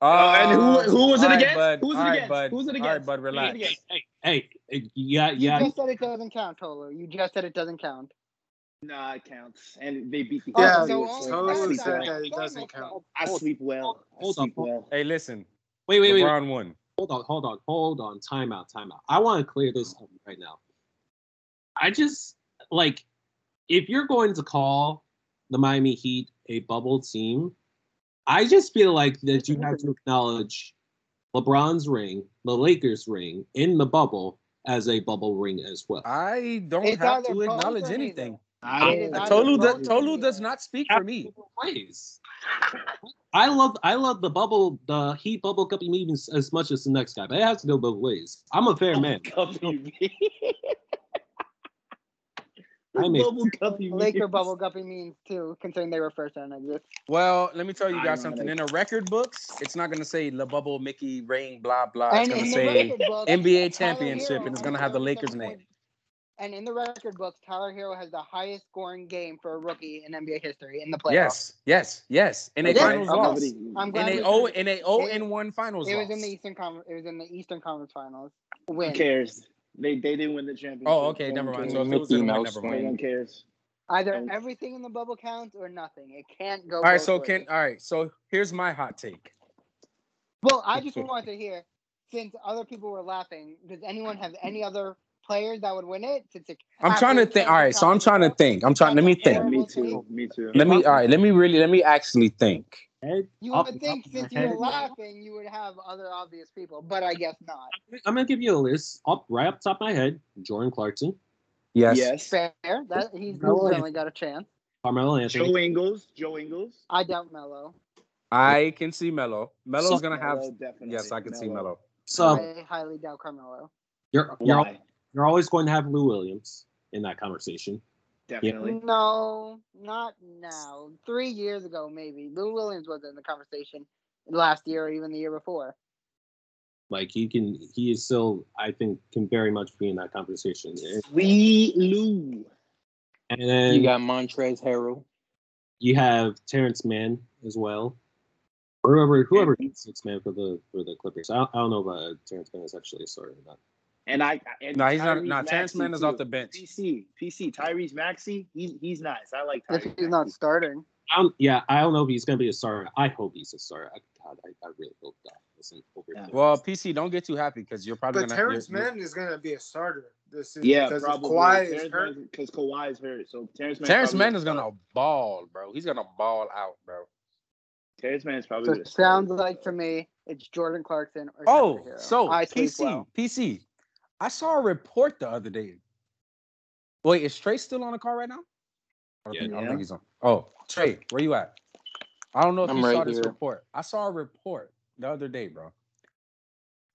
Oh, and who- who was it
Um, all
against?
bud.
Who was it
All right,
against?
bud.
Who was it
All right,
against?
bud.
was it
Relax.
against?
Hey, hey, yeah,
You
yeah,
just said it doesn't count, Tolu. You just said it doesn't count.
Nah, it counts. And they beat the Heat
Yeah,
anyway,
Oh, so
so
only-
I
totally
sleep
that's
said
not-
well.
that it
that
doesn't
makes
count.
sense.
I sleep well. I
Hold on,
sleep
hold
well.
Hey, listen.
wait, wait, wait, wait.
LeBron won.
hold on, hold on, hold on. Time out, time out. I want to clear this up right now. I just like if you're going to call the Miami Heat a bubble team, I just feel like that you have to acknowledge LeBron's ring, the Lakers ring in the bubble as a bubble ring as well.
I don't
It's
have
either
to
both or
acknowledge
neither.
anything.
I
It is
don't-
either
Tolu,
both
does,
or
Tolu
neither.
does not speak for me.
Ways. I love I love the bubble the Heat bubble cup even s- as much as the next guy, but it has to go both ways. I'm a fair man. I mean-
Bubble guppy
Laker
memes.
bubble guppy means too, considering they were first and exist.
Well, let me tell you guys
Ironic.
something. In the record books, it's not going to say La Bubble, Mickey, Rain, blah, blah. It's
And
going
in
to
the
say
record book,
NBA
Tyler
championship
Hero
and it's
has
going to have the Lakers
37
name.
points. And in the record books, Tyler Hero has the highest scoring game for a rookie in NBA history in the playoffs.
Yes, yes, yes. In a
Yes,
finals
okay.
loss.
I'm
In
glad.
a
we
O
agreed.
in a O oh, and one finals
It
loss.
was in the Eastern Conference. It was in the Eastern Conference Finals. Win.
Who cares? They they didn't win the championship.
Oh, okay,
No
never
one
mind.
cares.
So if it was in a
Mickey
win,
Mouse
never
no
mind.
game.
one cares.
Either
Um,
everything in the bubble counts or nothing. It can't go.
All right,
both
so
ways.
can all right, so here's my hot take.
Well, I just wanted to hear, since other people were laughing, does anyone have any other players that would win it? Since it,
I'm
after
trying to
it
think.
came
All right, so
Tyler
I'm trying to
Hero,
think. I'm trying let me
that's a
Yeah,
think.
me
horrible
too.
take.
Me too.
Let me all right, let me really let me actually think.
Head
You
up,
would think
up,
since you
head
were laughing, you would have other obvious people, but I guess not.
I'm gonna give you a list up right up top of my head. Jordan Clarkson,
Yes.
Yes.
Fair. That he's
No, I-
certainly got a chance.
Carmelo Anthony,
Joe Ingles. Joe Ingles.
I doubt Melo.
I can see Melo. Melo's
So-
gonna have
Melo, definitely.
Yes, I can see Melo.
So
I highly doubt Carmelo.
you're you're
Why?
you're always going to have Lou Williams in that conversation.
Definitely.
No, not now. Three years ago, maybe Lou Williams was in the conversation last year or even the year before.
Like he can, he is still, I think, can very much be in that conversation. And-
We Lou.
And then
You
you,
got Montrez Harrell.
have Terrence Mann as well. Whoever whoever gets six man for the for the Clippers, I, don't- I don't know about uh, Terrence Mann is actually starting or not.
And I and
No, he's not.
Tyrese
No, Terrence
Maxey,
Mann is
too.
off the bench.
PC, PC, Tyrese Maxey, he's he's nice. I like
If
Tyrese.
he's not
Maxey.
starting,
I don't, yeah, I don't know if he's gonna be a starter. I hope he's a starter. I, God, I, I really hope that. Listen, over
Yeah.
here.
Well, PC, don't get too happy because you're probably
But
gonna.
Terrence
you're- you're-
Mann is going to be a starter this season.
Yeah,
because if
probably.
Kawhi is hurt.
because Kawhi is hurt. So Terrence Mann.
Terrence
probably
Mann
gonna
is gonna
start.
ball, bro. He's gonna ball out, bro.
Terrence Mann is probably.
so
gonna
it
start.
sounds like to me it's Jordan Clarkson or
Oh,
Tyler Hero.
so
I sleep
PC,
well.
PC. I saw a report the other day. Wait, is Trey still on the car right now? I don't,
Yeah.
think, I don't
Yeah.
think he's on. Oh, Trey, where you at? I don't know if
I'm
you saw
right
this
here.
report. I saw a report the other day, bro.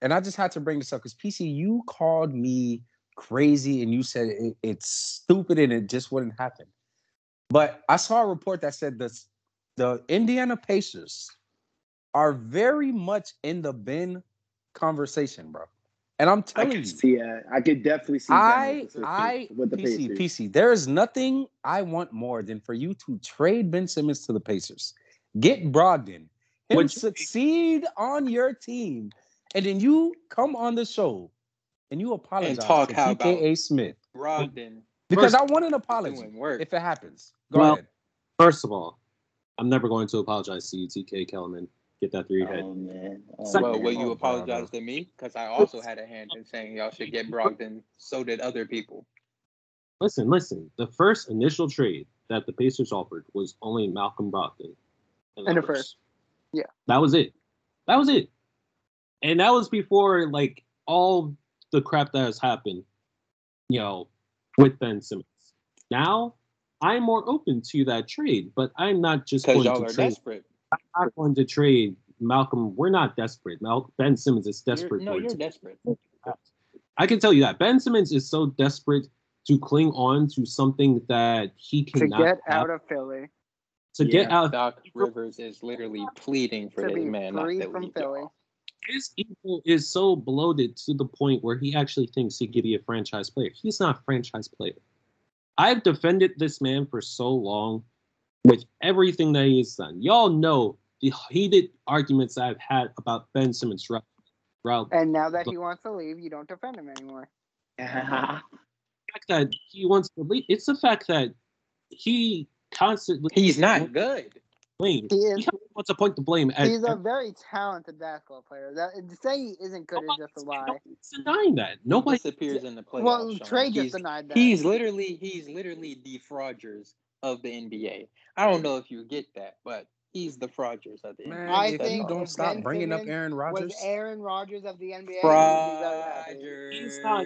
And I just had to bring this up because PC, you called me crazy and you said it, it's stupid and it just wouldn't happen. But I saw a report that said the the Indiana Pacers are very much in the Ben conversation, bro. And I'm
I
telling
can
you,
see. Uh, I could definitely see. Ben
I
with the-
I
with the
PC
Pacers.
PC. There is nothing I want more than for you to trade Ben Simmons to the Pacers, get Brogdon, him
Would you-
succeed on your team, and then you come on the show and you apologize
talk
to
how about-
PKA Smith
Brogdon
because I
First-
want an apology
doing work.
if it happens. Go
Well,
ahead.
First of all, I'm never going to apologize to you, TK Kellerman. Get that through your head.
Oh man. Oh,
Second-
well, will
Oh,
you apologize to me? Because I also had a hand in saying y'all should get Brogdon. So did other people.
Listen, listen. The first initial trade that the Pacers offered was only Malcolm Brogdon.
And a first. Yeah.
That was it. That was it. And that was before like all the crap that has happened, you know, with Ben Simmons. Now I'm more open to that trade, but I'm not just
Because
going
y'all
to
are
trade.
desperate.
I'm not going to trade Malcolm. We're not desperate. Mal- ben Simmons is
You're-
desperate.
no,
for it
you're
to-
desperate.
I can tell you that Ben Simmons is so desperate to cling on to something that he
To
cannot
get
have-
out of Philly,
to get out.
Doc Rivers is literally pleading for
to
this
be
man not
free
to
from
leave.
Philly.
y'all.
His ego is so bloated to the point where he actually thinks he could be a franchise player. He's not a franchise player. I've defended this man for so long with everything that he has done. Y'all know the heated arguments I've had about Ben Simmons throughout, throughout
And now that he wants to leave, you don't defend him anymore.
fact that he wants to leave. It's the fact that he constantly
He's not good.
blames.
He
He,
is-
constantly wants to point the blame at.
He's a very talented basketball player. That to say he isn't good is just a lie.
nobody's denying that.
He
Nobody.
disappears in the playoffs.
Well,
Sean.
Trey just
he's,
denied that.
he's literally he's literally the fraudsters of the NBA. I don't know if you get that, but he's the fraudsters of the
Man,
NBA.
I
if
That's
think
you
all.
don't
if
stop
Ben
bringing up
Simmons
Aaron
Was
Rodgers,
Aaron Rodgers of the NBA? he'd be very happy.
Fraudsters.
He's not-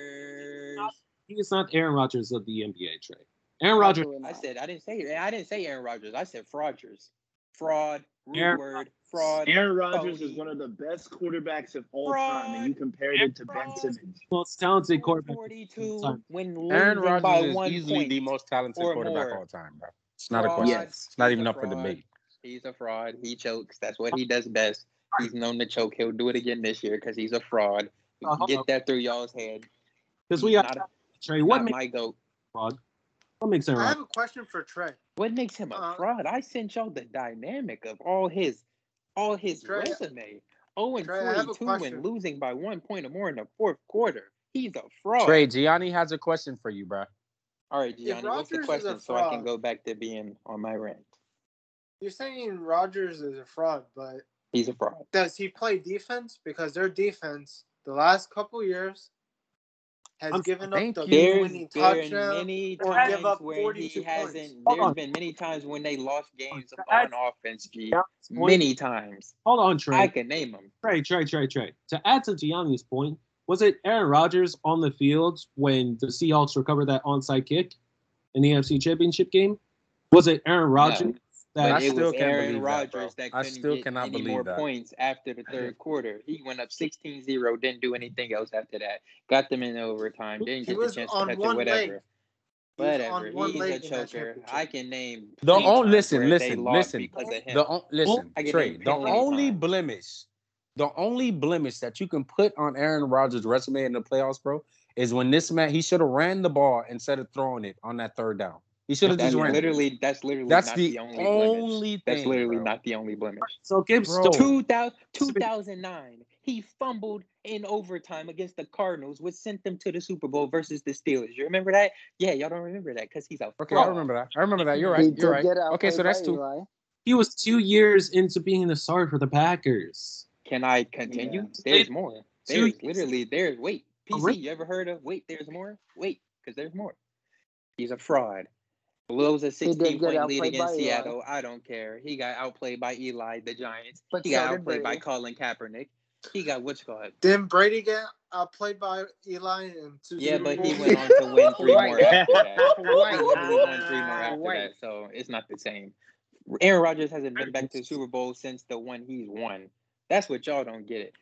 He's not Aaron Rodgers of the NBA, Trey. Aaron Rodgers.
Absolutely
I
not.
said I didn't say I didn't say Aaron Rodgers. I said fraudsters. Fraud. Root
Aaron-
word. Fraud.
Aaron Rodgers is
Phony.
one of the best quarterbacks of all
Fraud.
time, and you compared it to Ben Simmons.
Most talented quarterback. of all
Forty-two
time.
when leading
Aaron
by
Rodgers is
one
easily
point.
the most talented
or
quarterback
more.
all time, bro. It's not a
Fraud.
question.
Yes.
It's not
He's
even
a
up for
fraud.
debate.
He's a fraud. He chokes. That's what he does best. He's known to choke. He'll do it again this year because he's a fraud.
Uh-huh.
Get that through y'all's head.
Because we
He's
got
not,
Trey.
what
What
not
makes
my goat.
fraud? What makes Aaron
I
Rodgers?
have a question for Trey.
What makes him a
Uh,
fraud? I sent y'all the dynamic of all his, all his
Trey,
resume. Oh and
Trey, I have a
forty-two and
question.
losing by one point or more in the fourth quarter. He's a fraud.
Trey, Gianni has a question for you, bro.
All right, Gianni, what's the
Rodgers is a
question so I can
fraud-
go back to being on my rant?
You're saying Rodgers is a fraud, but
He's a fraud.
does he play defense? Because their defense the last couple years has
I'm-
given up
thank
the
you.
There's
winning
been
touchdown.
many
or
times
give up
where he
42 points.
hasn't.
Hold
There's
on.
been many times when they lost games
To add-
on offense. G,
Gianni's point-
many times.
Hold on,
I
Trey.
can name them.
Trey, Trey, Trey, Trey. To add to Gianni's point, was it Aaron Rodgers on the field when the Seahawks recovered that onside kick in the NFC Championship game? Was it Aaron Rodgers
But
I
that
it
still
was
can't
Aaron
believe that, bro.
Rodgers that,
I
couldn't
still
get
cannot
any
believe
more
that.
points after the third quarter. He went up 16-0, didn't do anything else after that. Got them in overtime. Didn't
He
get the
was
chance to
on
catch it.
one leg.
Whatever.
He was
Whatever.
on one
He's a
leg in that
choker.
championship.
I can name.
The
many
on-
times
listen,
where they
listen,
lost
listen.
Because of him. Oh,
The on- listen,
I can
Trey.
name
The
penalty
only
times.
blemish, the only blemish that you can put on Aaron Rodgers' resume in the playoffs, bro, is when this man he should have ran the ball instead of throwing it on that third down. He should have
That's
just ran.
literally that's literally
That's
not
the,
the, only, blemish.
only thing.
That's literally
bro.
not the only blemish.
So Gibbs
Bro.
still-
2000, 2009, he fumbled in overtime against the Cardinals, which sent them to the Super Bowl versus the Steelers. You remember that? Yeah, y'all don't remember that because he's a
Okay, I
fraud.
remember that. I remember that. Uh, You're right. You're right. Okay, so that's two.
Eli.
he was two years into being a sorry for the Packers.
Can I continue?
Yeah.
There's more.
Two
There's
years.
literally there's wait. PC,
Really?
you ever heard of wait? There's more. Wait, because there's more. He's a fraud. Blows a 16
did get
point lead
outplayed
against
by Eli.
Seattle. I don't care. He got outplayed by Eli, the Giants.
But
he got
so did
outplayed by
Brady.
Colin Kaepernick. He got what's called.
Then Brady get outplayed by Eli and two.
Yeah,
Super
but he
Bowls.
went on to win three more
Right.
after that. He
Right.
literally won three more after
Right.
that, so it's not the same. Aaron Rodgers hasn't been back to the Super Bowl since the one he's won. That's what y'all don't get it.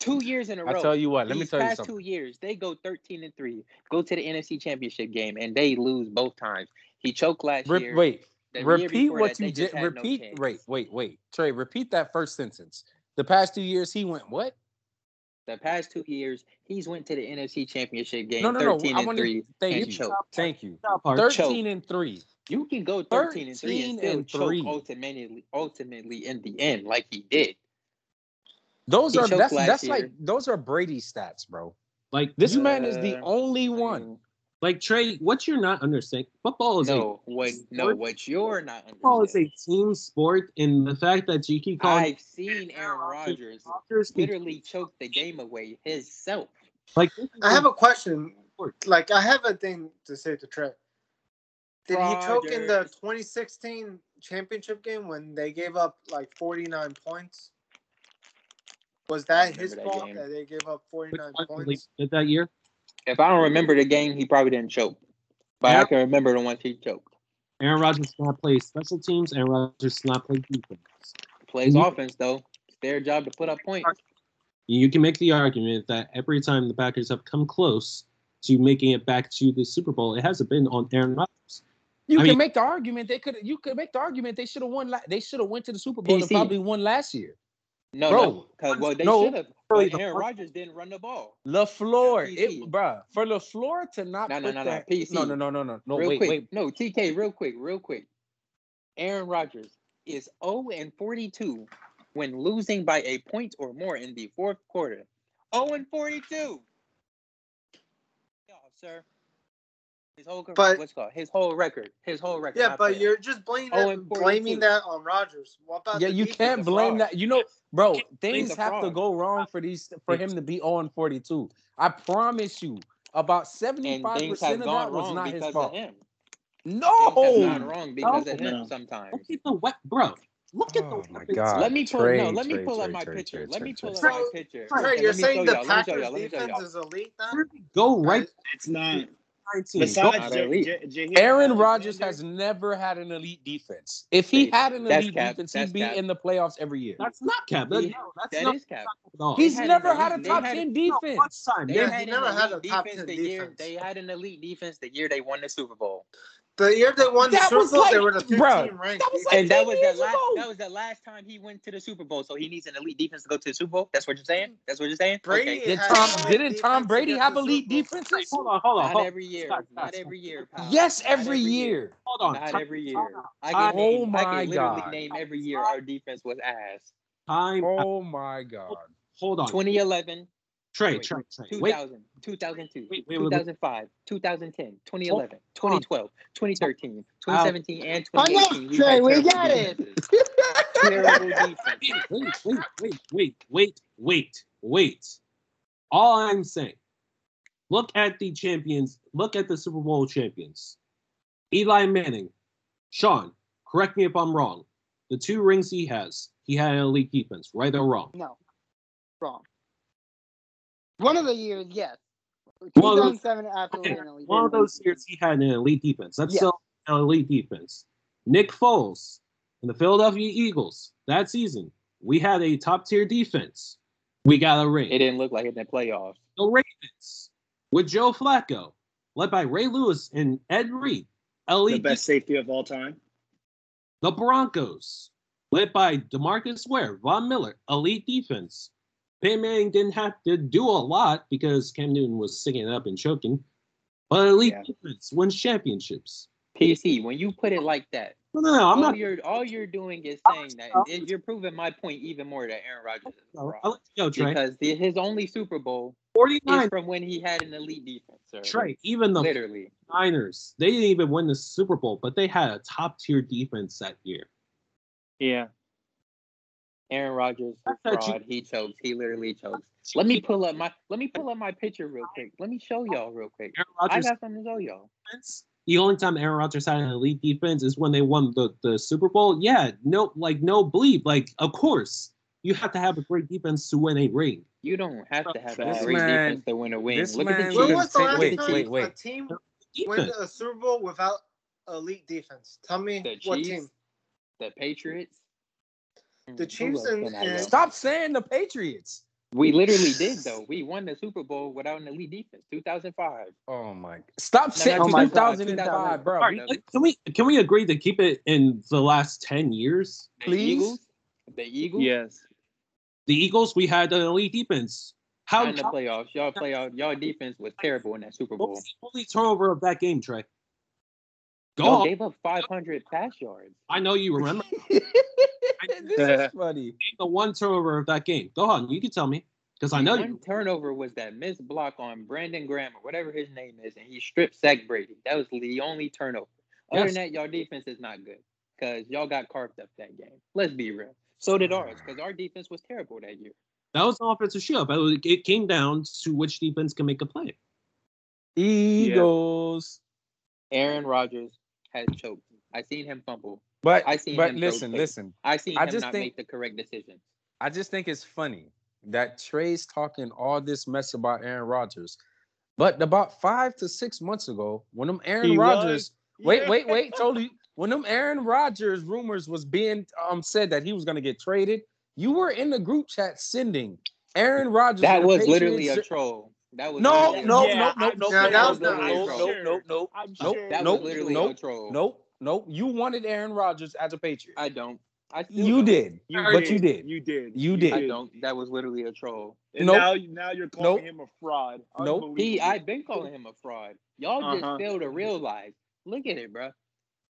Two years in a
I
row.
tell you what. Let me
These
tell you
past
something.
two years, they go thirteen and three, go to the NFC Championship game, and they lose both times. He choked last
Re-
year.
wait.
The year
Repeat
before
what
that,
you
they
did.
just had no
repeat.
chance.
wait. Wait. Wait. Trey, repeat that first sentence. The past two years, he went what?
The past two years, he's went to the NFC Championship game,
No, no, no.
thirteen
I
and
want to
three,
thank
and
you.
choke.
Thank you.
Stop, Hart.
Thirteen and three.
You can go thirteen and three
13
and still
and
choke
three.
ultimately, ultimately in the end, like he did.
Those
He
are
choked
that's
last
that's
year.
like those are Brady stats, bro.
Like
This
this,
You-
man is the
Uh,
only
I
one.
mean,
like Trey, what you're not understanding? Football is a
no, what no,
sport-
what you're not
football is
understanding.
a team sport, and the fact that you keep calling
I've seen Aaron Rodgers
Rodgers
literally choke the game away himself.
like this is
I have
a
a question.
sport.
Like I have a thing to say to Trey. Did he choke in the
Rodgers.
2016 championship game when they gave up like 49 points? Was
I
that
remember
his
that
fault
game.
that they gave up
Which
49
one did they
points?
get that year?
If I don't remember the game, he probably didn't choke. But I
Aaron-
can remember the ones he choked.
Aaron Rodgers does not play special teams. Aaron Rodgers does not play defense.
Plays
Mhm.
offense though. It's their job to put up points.
You can make the argument that every time the Packers have come close to making it back to the Super Bowl, it hasn't been on Aaron Rodgers.
You
I
can
mean-
make the argument they could. You could make the argument they should have won. La- they should have went to the Super Bowl and
PC.
probably won last year,
No,
bro.
because well they
No.
should have.
Probably
But
the
Aaron
first-
Rodgers didn't run the ball.
Lafleur,
PC.
it, bruh, for Lafleur to not
No, no,
put
no, no,
that.
PC.
No, no, no, no, no, no.
real
Wait,
quick.
wait.
No, TK, real quick, real quick. Aaron Rodgers is 0 and 42 when losing by a point or more in the fourth quarter. 0 and 42. Yeah, sir. His whole
But-
what's it called his whole record, his whole record.
Yeah,
not
but
playoff.
you're just blaming
Oh, and 42.
blaming that on Rodgers. What about
Yeah,
the
you
defense?
can't
a
blame
fraud.
that. You know, bro, things
a
have to
fraud.
go wrong for these for him to be on 42. I promise you, about
and
75
things
percent
have
of
gone
that was
wrong
not his
because
fault.
of him. Things have gone
No,
wrong because of him
No.
sometimes.
Look at the wet, bro. Look at the
Oh, my
weapons.
God.
Let me pull
Trey,
no, let me
Trey,
pull up
Trey,
my
Trey,
picture.
Trey,
Let me
Trey,
pull up
Trey.
my picture.
Trey,
And
you're
let me show
saying the
y'all, let me show
Packers
y'all, let me show
defense
y'all.
is elite now?
Where did it go right
It's not.
19? Go
Besides,
Not
J-
elite.
J- Jaheim
Aaron Rodgers
Alexander-
has never had an elite defense. If he
That's-
had an
that's
elite
cap.
defense,
That's
he'd be
cap.
in the playoffs every year.
That's not cap. That,
Yeah,
no, that's
That
not
is cap.
cap at all.
He
He's
had an
never had a
elite- they
top
had-
10
No, one
defense.
time.
They
Yeah,
had
he
an
never had
elite
a top
defense
10
the year
defense.
they had an elite defense the year they won the Super Bowl.
The year they won the
That
Super
was
Bowl, they
like-
were the 15
bruh,
ranked.
that was
defense.
like-
And that
10
was the
years
last
ago.
that was the last time he went to the Super Bowl. So he needs an elite defense to go to the Super Bowl. That's what you're saying? That's what you're saying?
Brady
Okay.
Did
had
Tom
elite
didn't Tom
defense to
Brady
get
have
the Super
elite
Bowl.
defenses?
Hold on, hold on,
Not
hold on.
every year.
Stop, stop,
Not
stop.
every year, pal.
Yes,
Not
every
every
year.
Hold on.
Not
Time-
every
time
year.
out.
I
Time
can
Oh
name I
my
can literally
God.
name every year our defense was ass.
Time. out.
Oh my God.
Hold on.
2011,
Trey,
wait.
Trey, Trey. Wait.
2000, 2002,
Wait, wait, wait, wait.
2005, 2010, 2011, 2012, 2013, 2017, and
Hang on,
2018. We've
Trey,
had
we
terrible
got it.
defenses. Terrible defenses.
wait, wait, wait, wait, wait, wait, wait. All I'm saying, look at the champions, look at the Super Bowl champions. Eli Manning, Sean, correct me if I'm wrong. The two rings he has, he had an elite defense, right or wrong.
No, wrong. One of the years, yes.
One of those-
2007, absolutely
okay,
an elite
One of
defense.
those years he had an elite defense. That's
Yeah.
still an elite defense. Nick Foles and the Philadelphia Eagles that season, we had a top tier defense. We got a ring.
It didn't look like it in the playoffs.
the Ravens with Joe Flacco, led by Ray Lewis and Ed Reed.
the
Elite
best safety of all time.
The Broncos, led by Demarcus Ware, Von Miller, elite defense. Peyton Manning didn't have to do a lot because Cam Newton was sticking it up and choking, but elite
Yeah.
defense wins championships.
PC, when you put it like that,
No, no, no. I'm
all
not.
you're all you're doing is saying that it- you're proving my point even more that Aaron Rodgers is
no,
wrong
I'll let you go, Trey.
because the, his only Super Bowl is
49.
from when he had an elite defense, sir.
Trey, even the
Literally,
Niners, they didn't even win the Super Bowl, but they had a top tier defense that year.
yeah. Aaron Rodgers is
I thought you-
fraud. He chokes. He literally chokes. Let me pull up my let me pull up my picture real quick. Let me show y'all real quick.
Aaron
I
Rodgers'
got something to show y'all.
defense. The only time Aaron Rodgers had an elite defense is when they won the, the Super Bowl. Yeah, no, like no bleep. Like, of course, you have to have a great defense to win a ring.
You don't have to have
This
a great
man-
defense to win a win.
this
Look at
man-
the
Wait,
When
Chiefs.
was the last
wait,
time
wait, wait.
a team win
Defense.
a Super Bowl without elite defense? Tell me
The
what
Chiefs,
team.
the Patriots, Mm,
The
who
Chiefs
else
and-
can I go?
and-
Stop saying the Patriots.
We literally did though. We won the Super Bowl without an elite defense. 2005.
Oh my! Stop
No,
saying
not
oh
2005,
2005, bro.
All right,
No.
like, can we can we agree to keep it in the last ten years?
The
Please?
Eagles, the Eagles,
Yes.
The Eagles, we had an elite defense. How,
not in the
how
playoffs. Y'all playoff. Y'all defense was terrible in that Super
what
Bowl.
was the only turnover of that game, Trey? Go
Y'all
on.
gave up 500 pass yards.
I know you remember
this is funny.
the one turnover of that game. Go on, you can tell me because I know
One
you.
turnover was that missed block on Brandon Graham or whatever his name is, and he strip sacked Brady. That was the only turnover. Other
Yes.
than that, y'all defense is not good because y'all got carved up that game. Let's be real. So did ours because our defense was terrible that year.
That was an offensive shield, but it was- it came down to which defense can make a play.
Eagles.
Aaron Rodgers has choked. I seen him fumble.
But
I seen
but
him
listen,
rotate.
listen.
I seen
I
him
just
not
think-
make the correct decisions.
I just think it's funny that Trey's talking all this mess about Aaron Rodgers, but about five to six months ago, when them Aaron
He
Rodgers, wait,
Yeah.
wait, wait, totally, when them Aaron Rodgers rumors was being um said that he was gonna get traded, you were in the group chat sending Aaron Rodgers.
That
and the
was literally
Patriots-
a troll. That was
No,
literally a
no,
troll.
no, no, no,
Yeah,
no,
that
no,
was
no,
not-
no,
I'm
no,
sure.
no, no,
I'm
Nope,
sure.
That
nope,
was literally
nope,
a troll.
no, no. You wanted Aaron Rodgers as a Patriot.
I don't. I still
You
don't.
did,
You
but you did.
You did.
You did.
I don't. That was literally a troll.
And
Nope.
now, now you're
Nope.
calling him a fraud.
Nope.
Unbelievable.
He, I've been calling him a fraud. Y'all
Uh-huh.
just fail to realize. Look at it, bro.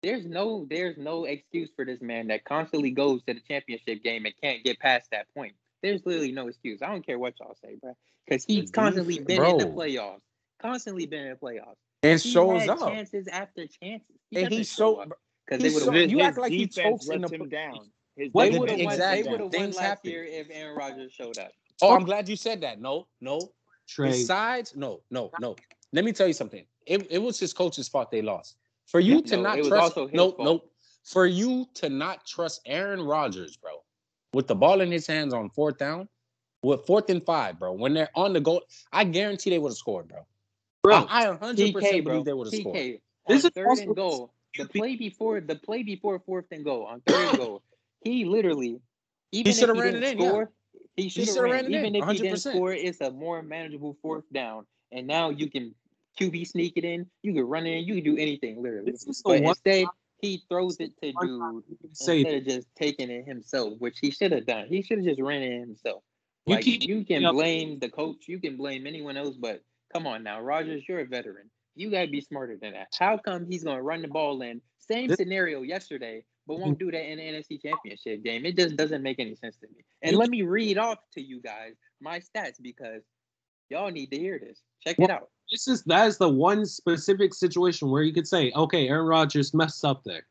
There's no, there's no excuse for this man that constantly goes to the championship game and can't get past that point. There's literally no excuse. I don't care what y'all say, bro, because he's
The
constantly
defense-
been in the
bro.
playoffs. Constantly been in the playoffs.
and
He
shows
had
up.
chances after chances. He
and he
doesn't show
so
up because
he
they would
so-
have
His-
you
won.
his
act like he
defense
chokes in
lets
the-
him down. His
They
They
defense
would have
would've
lets
won.
him
They
exactly.
down.
would have won
Things
last
happen.
year if Aaron Rodgers showed up.
Oh, I'm glad you said that. No, no.
Trey,
Besides, no, no, no. Let me tell you something. It, it was his coach's fault they lost. For you to
No,
not
it was
trust
also his
no,
fault.
no. For you to not trust Aaron Rodgers, bro, with the ball in his hands on fourth down, with fourth and five, bro. When they're on the goal, I guarantee they would have scored, bro.
bro,
I, I 100%
TK, bro.
believe they would have scored.
TK
This
on
is
third
also-
and goal. The play before the play before fourth and goal on third and goal. He literally, even if he
shoulda ran
didn't
it in, yeah.
score, he should have
shoulda
ran.
ran it
even
in,
if he didn't
100%.
score, it's a more manageable fourth down. And now you can QB sneak it in. You can run in. You can do anything literally.
this is the
But
one
instead, he throws it to
one time
dude
you can say
instead of just taking it himself, which he should have done. He should have just ran it himself.
You
Like
keep-
you can
yeah.
blame the coach, you can blame anyone else, but come on now, Rogers, you're a veteran. You gotta be smarter than that. How come he's gonna run the ball in? Same
This-
scenario yesterday, but won't do that in the NFC Championship game. It just doesn't make any sense to me. And
You
let me read off to you guys my stats because y'all need to hear this. Check it
Well-
out.
this is that is the one specific situation where you could say, okay, Aaron Rodgers messed up there.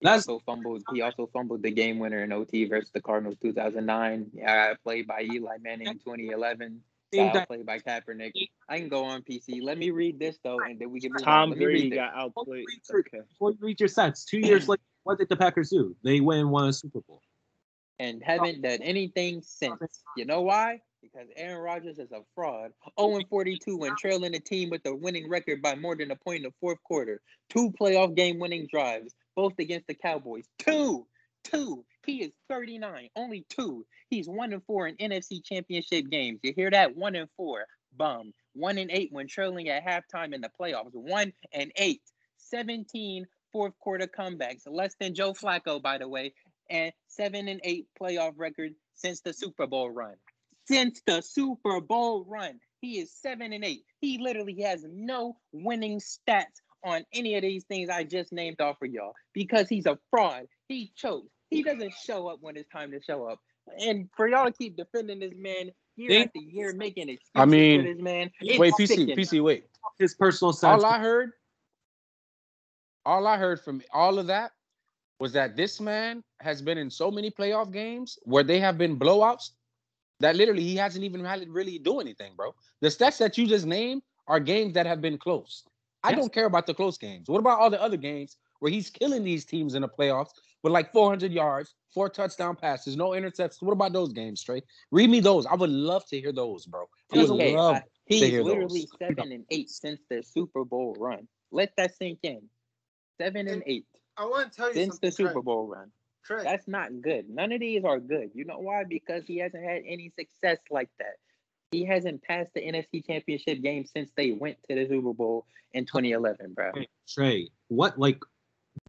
He
That's-
also fumbled. He also fumbled the game winner in OT versus the Cardinals 2009. Yeah, played by Eli Manning in 2011.
Think
Foul
that
played by Kaepernick. I can go on PC. Let me read this though, and then we can move on.
Tom
Let me
Brady
read this.
got outplayed.
Before you
Okay.
read your stats, two years later, what did the Packers do? They win and won a Super Bowl.
and haven't done anything since. You know why? Because Aaron Rodgers is a fraud. 0 42 when trailing a team with a winning record by more than a point in the fourth quarter. Two playoff game winning drives, both against the Cowboys. Two! Two! He is 39, only two. He's 1 and 4 in NFC championship games. You hear that? 1 and 4. Bum. 1 and 8 when trailing at halftime in the playoffs. 1 and 8. 17 fourth quarter comebacks. Less than Joe Flacco, by the way and seven and eight playoff record since the Super Bowl run. Since the Super Bowl run, he is seven and eight. He literally has no winning stats on any of these things I just named off for y'all because he's a fraud. He chokes. He doesn't show up when it's time to show up. And for y'all to keep defending this man year
They-
after year, making excuses
I mean,
for this man. it's
Wait, PC,
sickening.
PC, wait.
His personal sense.
All I heard, all I heard from all of that was that this man has been in so many playoff games where they have been blowouts that literally he hasn't even had to really do anything, bro. The stats that you just named are games that have been close. I
Yes.
don't care about the close games. What about all the other games where he's killing these teams in the playoffs with like 400 yards, four touchdown passes, no interceptions? What about those games, Trey? Read me those. I would love to hear those, bro. I would
TK,
love
uh, he's
hear those.
literally seven and eight since the Super Bowl run. Let that sink in. Seven and
And-
eight
I want to tell you
since
something.
the Super Bowl run.
Trey, Trey,
That's not good. None of these are good. You know why? Because he hasn't had any success like that. He hasn't passed the NFC Championship game since they went to the Super Bowl in 2011, bro.
Trey, what like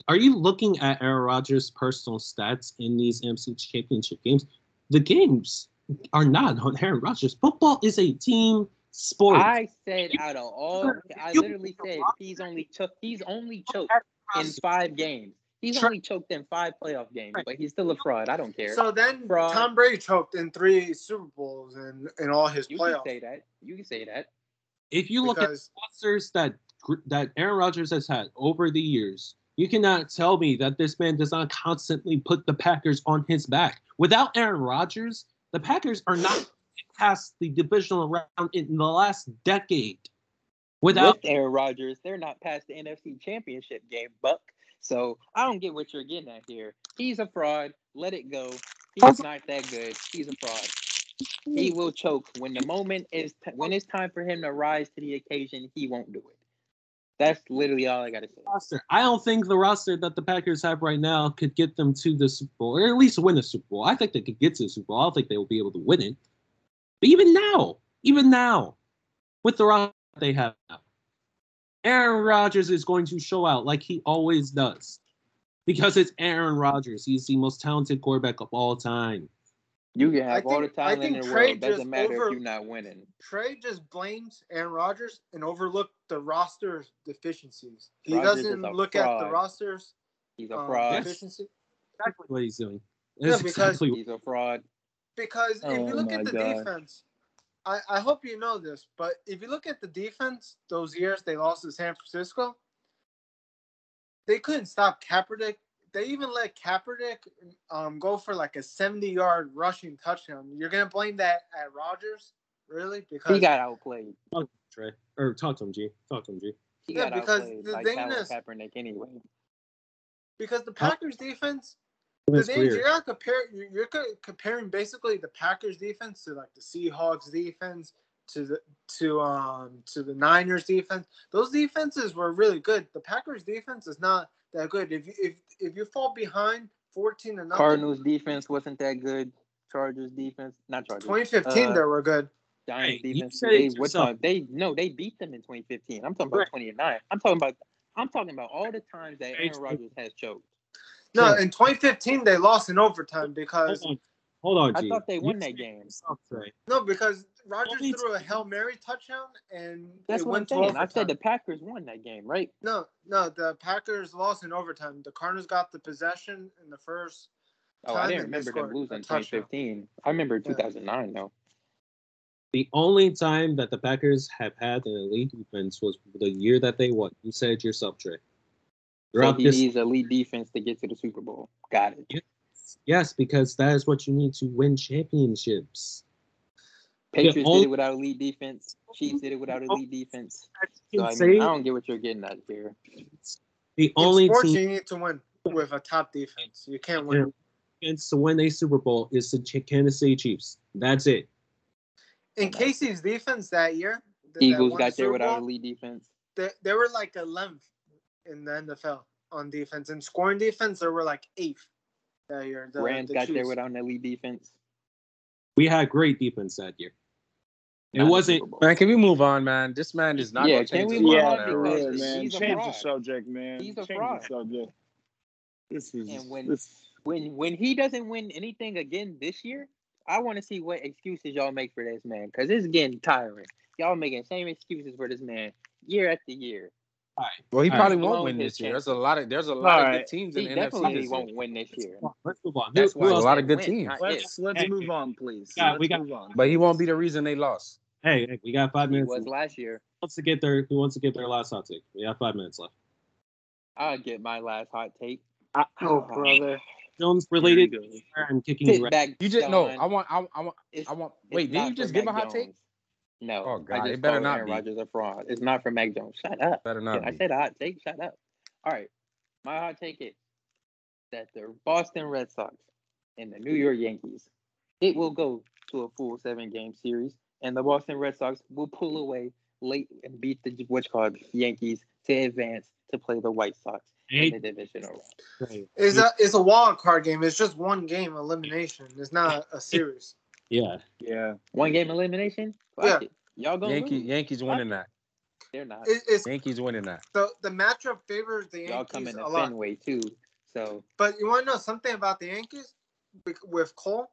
are you looking at Aaron Rodgers' personal stats in these MC championship games? The games are not on Aaron Rodgers. Football is a team sport.
I said out of all, I
you-
literally said he's only cho- he's only choked
Um,
in five games. He's
Sure.
only choked in five playoff games, but he's still a fraud. I don't care.
So then
Fraud.
Tom Brady choked in three Super Bowls and in all his
You can
playoffs.
say that. You can say that.
if you look at
because
rosters that gr- that Aaron Rodgers has had over the years, you cannot tell me that this man does not constantly put the Packers on his back. Without Aaron Rodgers, the Packers are not past the divisional round in the last decade. Without
With Aaron Rodgers, they're not past the NFC Championship game, Buck. So I don't get what you're getting at here. He's a fraud. Let it go. He's not that good. He's a fraud. He will choke when the moment is t- when it's time for him to rise to the occasion. He won't do it. That's literally all I gotta say.
roster. I don't think the roster that the Packers have right now could get them to the Super Bowl, or at least win the Super Bowl. I think they could get to the Super Bowl. I don't think they will be able to win it. But even now, even now, with the roster they have, now, Aaron Rodgers is going to show out like he always does. Because it's Aaron Rodgers. He's the most talented quarterback of all time.
You can
I
have all the
think- I
time in
think
the
Trey
world.
just
Doesn't matter
over-
if you're not winning.
Trey just blames Aaron Rodgers and overlooked the roster's deficiencies. He
Rodgers
doesn't
is a
look at the
fraud.
roster's
He's a
um,
fraud.
deficiency
Exactly what he's doing.
Yeah,
That's
because-
exactly what
He's a fraud.
because if
Oh
you look
my
at the
God.
defense, I, I hope you know this, but if you look at the defense, those years they lost to San Francisco, they couldn't stop Kaepernick. They even let Kaepernick um, go for like a 70 yard rushing touchdown. You're going to blame that at Rodgers? Really? Because
He got outplayed.
Trey. Or talk to him, G. Talk to him, G.
He
Yeah,
got
because
outplayed
the
by
thing
Colin
is-
Kaepernick anyway.
because the Packers defense, the
That's
names,
weird.
you're not compare, you're, you're co- comparing basically the Packers defense to like the Seahawks defense to the to um to the Niners defense. Those defenses were really good. The Packers defense is not that good. If you if if you fall behind fourteen to nothing,
Cardinals defense wasn't that good. Chargers defense, not Chargers.
2015
uh,
they were good.
Giants
Hey, you
defense.
said it
They, what
yourself.
time, they no, they beat them in 2015. I'm talking about
Right.
29. I'm talking about I'm talking about all the times that
Hey,
Aaron Rodgers has choked.
No,
Yeah.
in 2015 they lost in overtime
Hold
because
on. Hold on,
I
G.
thought they won
You
that
said it
game.
yourself, Trey.
no because Rodgers
Only
threw a hail mary touchdown and
That's
it
what I'm
went to
saying. I
overtime.
said the Packers won that game, right?
No, no, the Packers lost in overtime. The Cardinals got the possession in the first.
Oh, I
Time
didn't
and they
remember them
scored a
losing
touchdown.
2015. I remember
Yeah.
2009 though.
The only time that the Packers have had an elite defense was the year that they won. You said it yourself, Trey.
So
Throughout
he
this,
needs elite defense to get to the Super Bowl. Got it.
yes, because that is what you need to win championships.
Patriots
only-
did it without elite defense. Chiefs did it without elite defense.
You
So
can
I,
say
mean, I don't get what you're getting at here.
the
Only
only
in sports,
team
you need to win with a top defense. You can't win.
Yeah. against to win a Super Bowl is the Ch- Kansas City Chiefs. That's it.
In Casey's defense that year, th- that
Eagles
won the
got there
Super
without
Bowl,
elite defense.
they, they were like 11th in the NFL on defense. In scoring defense, they were like 8th that year. The,
Rams
the
got there
Chiefs.
without an elite defense.
We had great defense that year. It
Not in the
wasn't.
Super Bowl.
Man, can we move on, man? This man is not
Yeah,
gonna
can
change
we
his
move
mind
on?
Aaron
Because
yeah,
Rodgers.
man.
he's a
Change the
fraud.
subject, man.
He's a
Change
fraud.
the subject. This is
And when-
this,
When when he doesn't win anything again this year, I want to see what excuses y'all make for this man. Because it's getting tiring. Y'all making same excuses for this man year after year.
Well, he
All
probably
right.
won't
Alone
win
his
this year.
chance.
There's a lot of there's a lot of good
right.
teams in
He
the NFC.
definitely
this
won't
year.
win this year.
Let's move on.
That's
Who-
why
who
I
a
else?
lot
said
of good
win,
teams.
not
Let's
if.
let's
Hey,
move on, please.
yeah,
let's
we got-
move on.
But he won't be the reason they lost.
Hey, hey, we got five
He
minutes.
was
Who
last year.
wants to get their Who wants to get their last hot take? We have five minutes left.
I'll get my last hot take.
Oh, brother.
Jones
Here we
related.
go.
I'm kicking
Sit
you right.
back.
You just no.
John.
I want. I, I want.
It's-
I want.
it's
Wait,
not
didn't you
for
just give a
Mac
hot take?
Jones. No.
Oh, God,
I just
it better
called
not
Aaron
be.
Rodgers a fraud. It's not for Mac Jones. Shut up.
Better
Yeah,
not
I
be.
said a hot take. Shut up. All right. My hot take is that the Boston Red Sox and the New York Yankees, it will go to a full seven game series, and the Boston Red Sox will pull away late and beat the what's called Yankees to advance to play the White Sox in the
Hey,
divisional round.
It's a, it's a wild card game. It's just one game elimination. It's not a series.
yeah.
Yeah.
One game elimination? Fuck
Yeah.
it. Y'all gonna
Yankee,
lose.
Yankees winning that.
They're not.
It, it's
Yankees winning that.
the, the matchup favors the
Y'all coming
Yankees
to
a lot.
Fenway too. So
But you want to know something about the Yankees Bec- with Cole?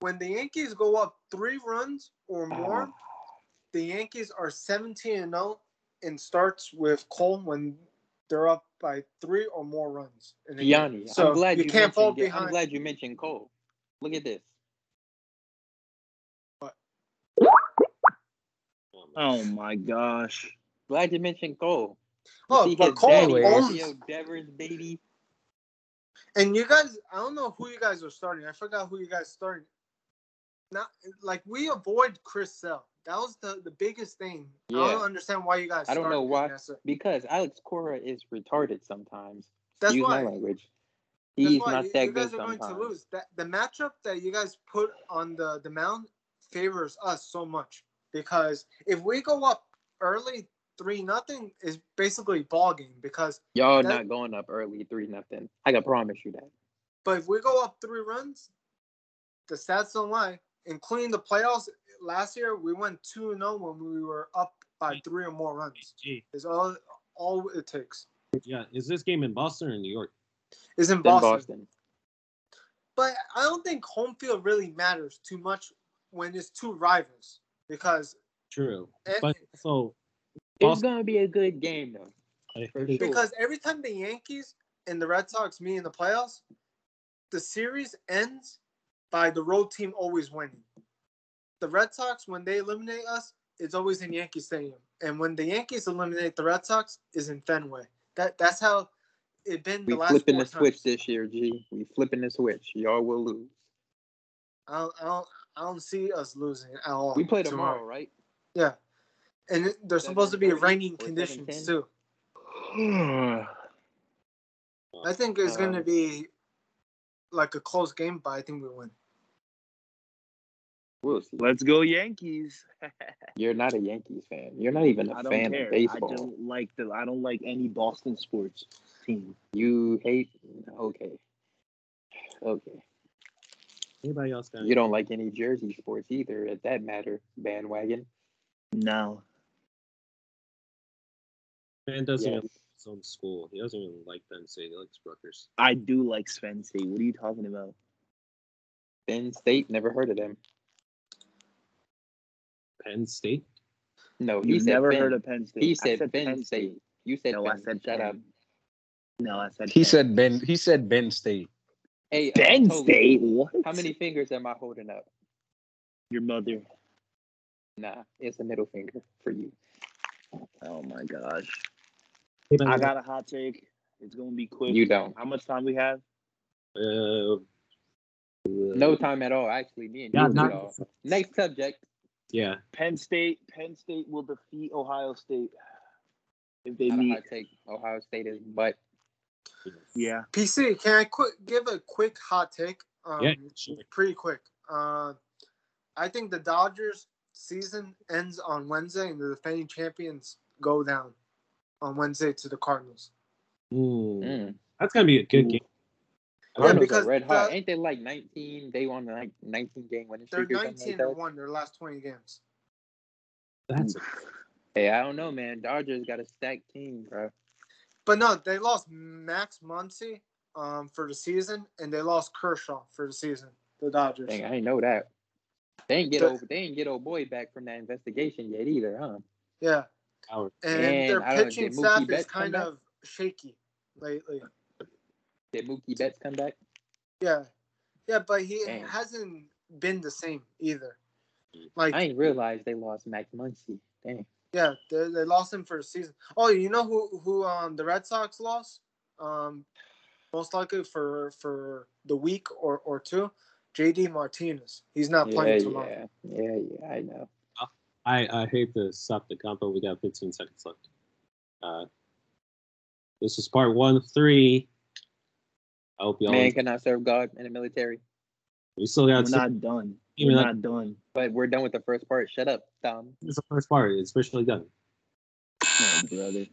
When the Yankees go up three runs or more,
Ah.
the Yankees are 17 and 0 and starts with Cole when they're up by three or more runs. In a game.
Yanni,
so
I'm glad
you
you,
can't fall
mentioned-
behind.
I'm glad you mentioned Cole. Look at this.
Oh my gosh.
Glad you mentioned Cole. You
Oh,
see
but
his
Cole
daddy,
owns-
Rafael Devers, baby.
And you guys, I don't know who you guys are starting. I forgot who you guys started. Not like we avoid Chris Sale. That was the, the biggest thing. I
Yeah.
don't understand why you guys.
I don't know
started
why.
him. That's,
Because Alex Cora is retarded sometimes.
that's
Use
why.
my language.
That's
He's
why
not
you,
that
you
good
guys are going to
sometimes.
lose. That the matchup that you guys put on the the mound favors us so much because if we go up early three nothing is basically ball game because
Y'all
That-
not going up early three nothing. I can promise you that.
but if we go up three runs, the stats don't lie. Including the playoffs last year, we went two zero when we were up by three or more runs.
Gee,
Is all all it takes
Yeah. Is this game in Boston or in New York?
is in
Then Boston.
Boston. But I don't think home field really matters too much when it's two rivals because
True.
Eh.
But so
It's
Boston.
gonna be a good game though. For sure.
because every time the Yankees and the Red Sox meet in the playoffs, the series ends by the road team always winning. The Red Sox, when they eliminate us, it's always in Yankee Stadium, and when the Yankees eliminate the Red Sox, is in Fenway. That that's how it been
We
the last
flipping
four
the switch
times.
this year, G. We flipping the switch. Y'all will lose.
I don't, I don't I don't see us losing at all.
We play tomorrow, right?
Yeah, and it- they're supposed to be
7:30
raining
or
conditions
7:10?
too. I think it's going to
Um,
be like a close game, but I think we win.
We'll see.
Let's go Yankees.
You're not a Yankees fan. You're not even
I
a
don't
fan
care.
of
I
baseball.
don't like the I don't like any Boston sports team.
You hate. Okay. Okay.
Anybody else got?
You don't like any Jersey sports either, at that matter, bandwagon.
No.
Man doesn't
Yes.
even like his own school. He doesn't even like Penn State. He likes Rutgers.
I do like Sven State. What are you talking about?
Penn State, never heard of them.
Penn State.
No, he
You've
said
never
Penn.
heard of Penn State.
He
I
said Penn State. You said
No,
Penn.
I said
Shut
Penn.
up.
No, I said
He
Penn.
said Ben. He said Ben State.
Hey, uh,
Penn
Tolu,
State. What?
How many fingers am I holding up?
Your mother.
Nah, it's the middle finger for you.
Oh my gosh. I got a hot take. It's gonna be quick.
You don't.
How much time we have?
Uh,
No time at all. Actually, me and you
Yeah,
will
not-
get off. Next subject.
yeah.
Penn State. Penn State will defeat Ohio State if they
How do
meet.
I take Ohio State is butt?
Yeah.
PC, can I quick give a quick hot take? Um,
Yeah, sure.
Pretty quick. Uh, I think the Dodgers season ends on Wednesday, and the defending champions go down on Wednesday to the Cardinals.
Mm.
Mm.
That's gonna be a good
Ooh.
game.
Cardinals are
because
red hot.
the-
Ain't they like 19? They won the like 19 game winning
They're
streak or something
19
like
and
that.
one their last 20 games.
That's
Hey, I don't know, man. Dodgers got a stacked team, bro.
But no, they lost Max Muncy um, for the season, and they lost Kershaw for the season. The Dodgers.
Dang, I ain't know that. They ain't get
The-
old. They ain't get old boy back from that investigation yet either, huh?
Yeah.
Howard.
and,
And
their
I don't-
pitching
did Mookie
staff is
Betts come
kind
back?
of shaky lately.
Did Mookie Betts come back?
Yeah, yeah, but he
Dang.
hasn't been the same either. Like,
I didn't realize they lost Max Muncy. Dang.
yeah, they, they lost him for a season. Oh, you know who who um the Red Sox lost? Um, most likely for for the week or or two, JD Martinez. He's not
Yeah,
playing tomorrow.
yeah, yeah, yeah. I know.
I, I hate to stop the combo. We got 15 seconds left. Uh, this is part one of three. I hope y'all.
Man cannot serve God in the military.
we still
We're
got. two-
not done.
Even
We're
though
not done.
But we're done with the first part. Shut up, Tom.
it's the first part. It's officially done.
Oh, brother.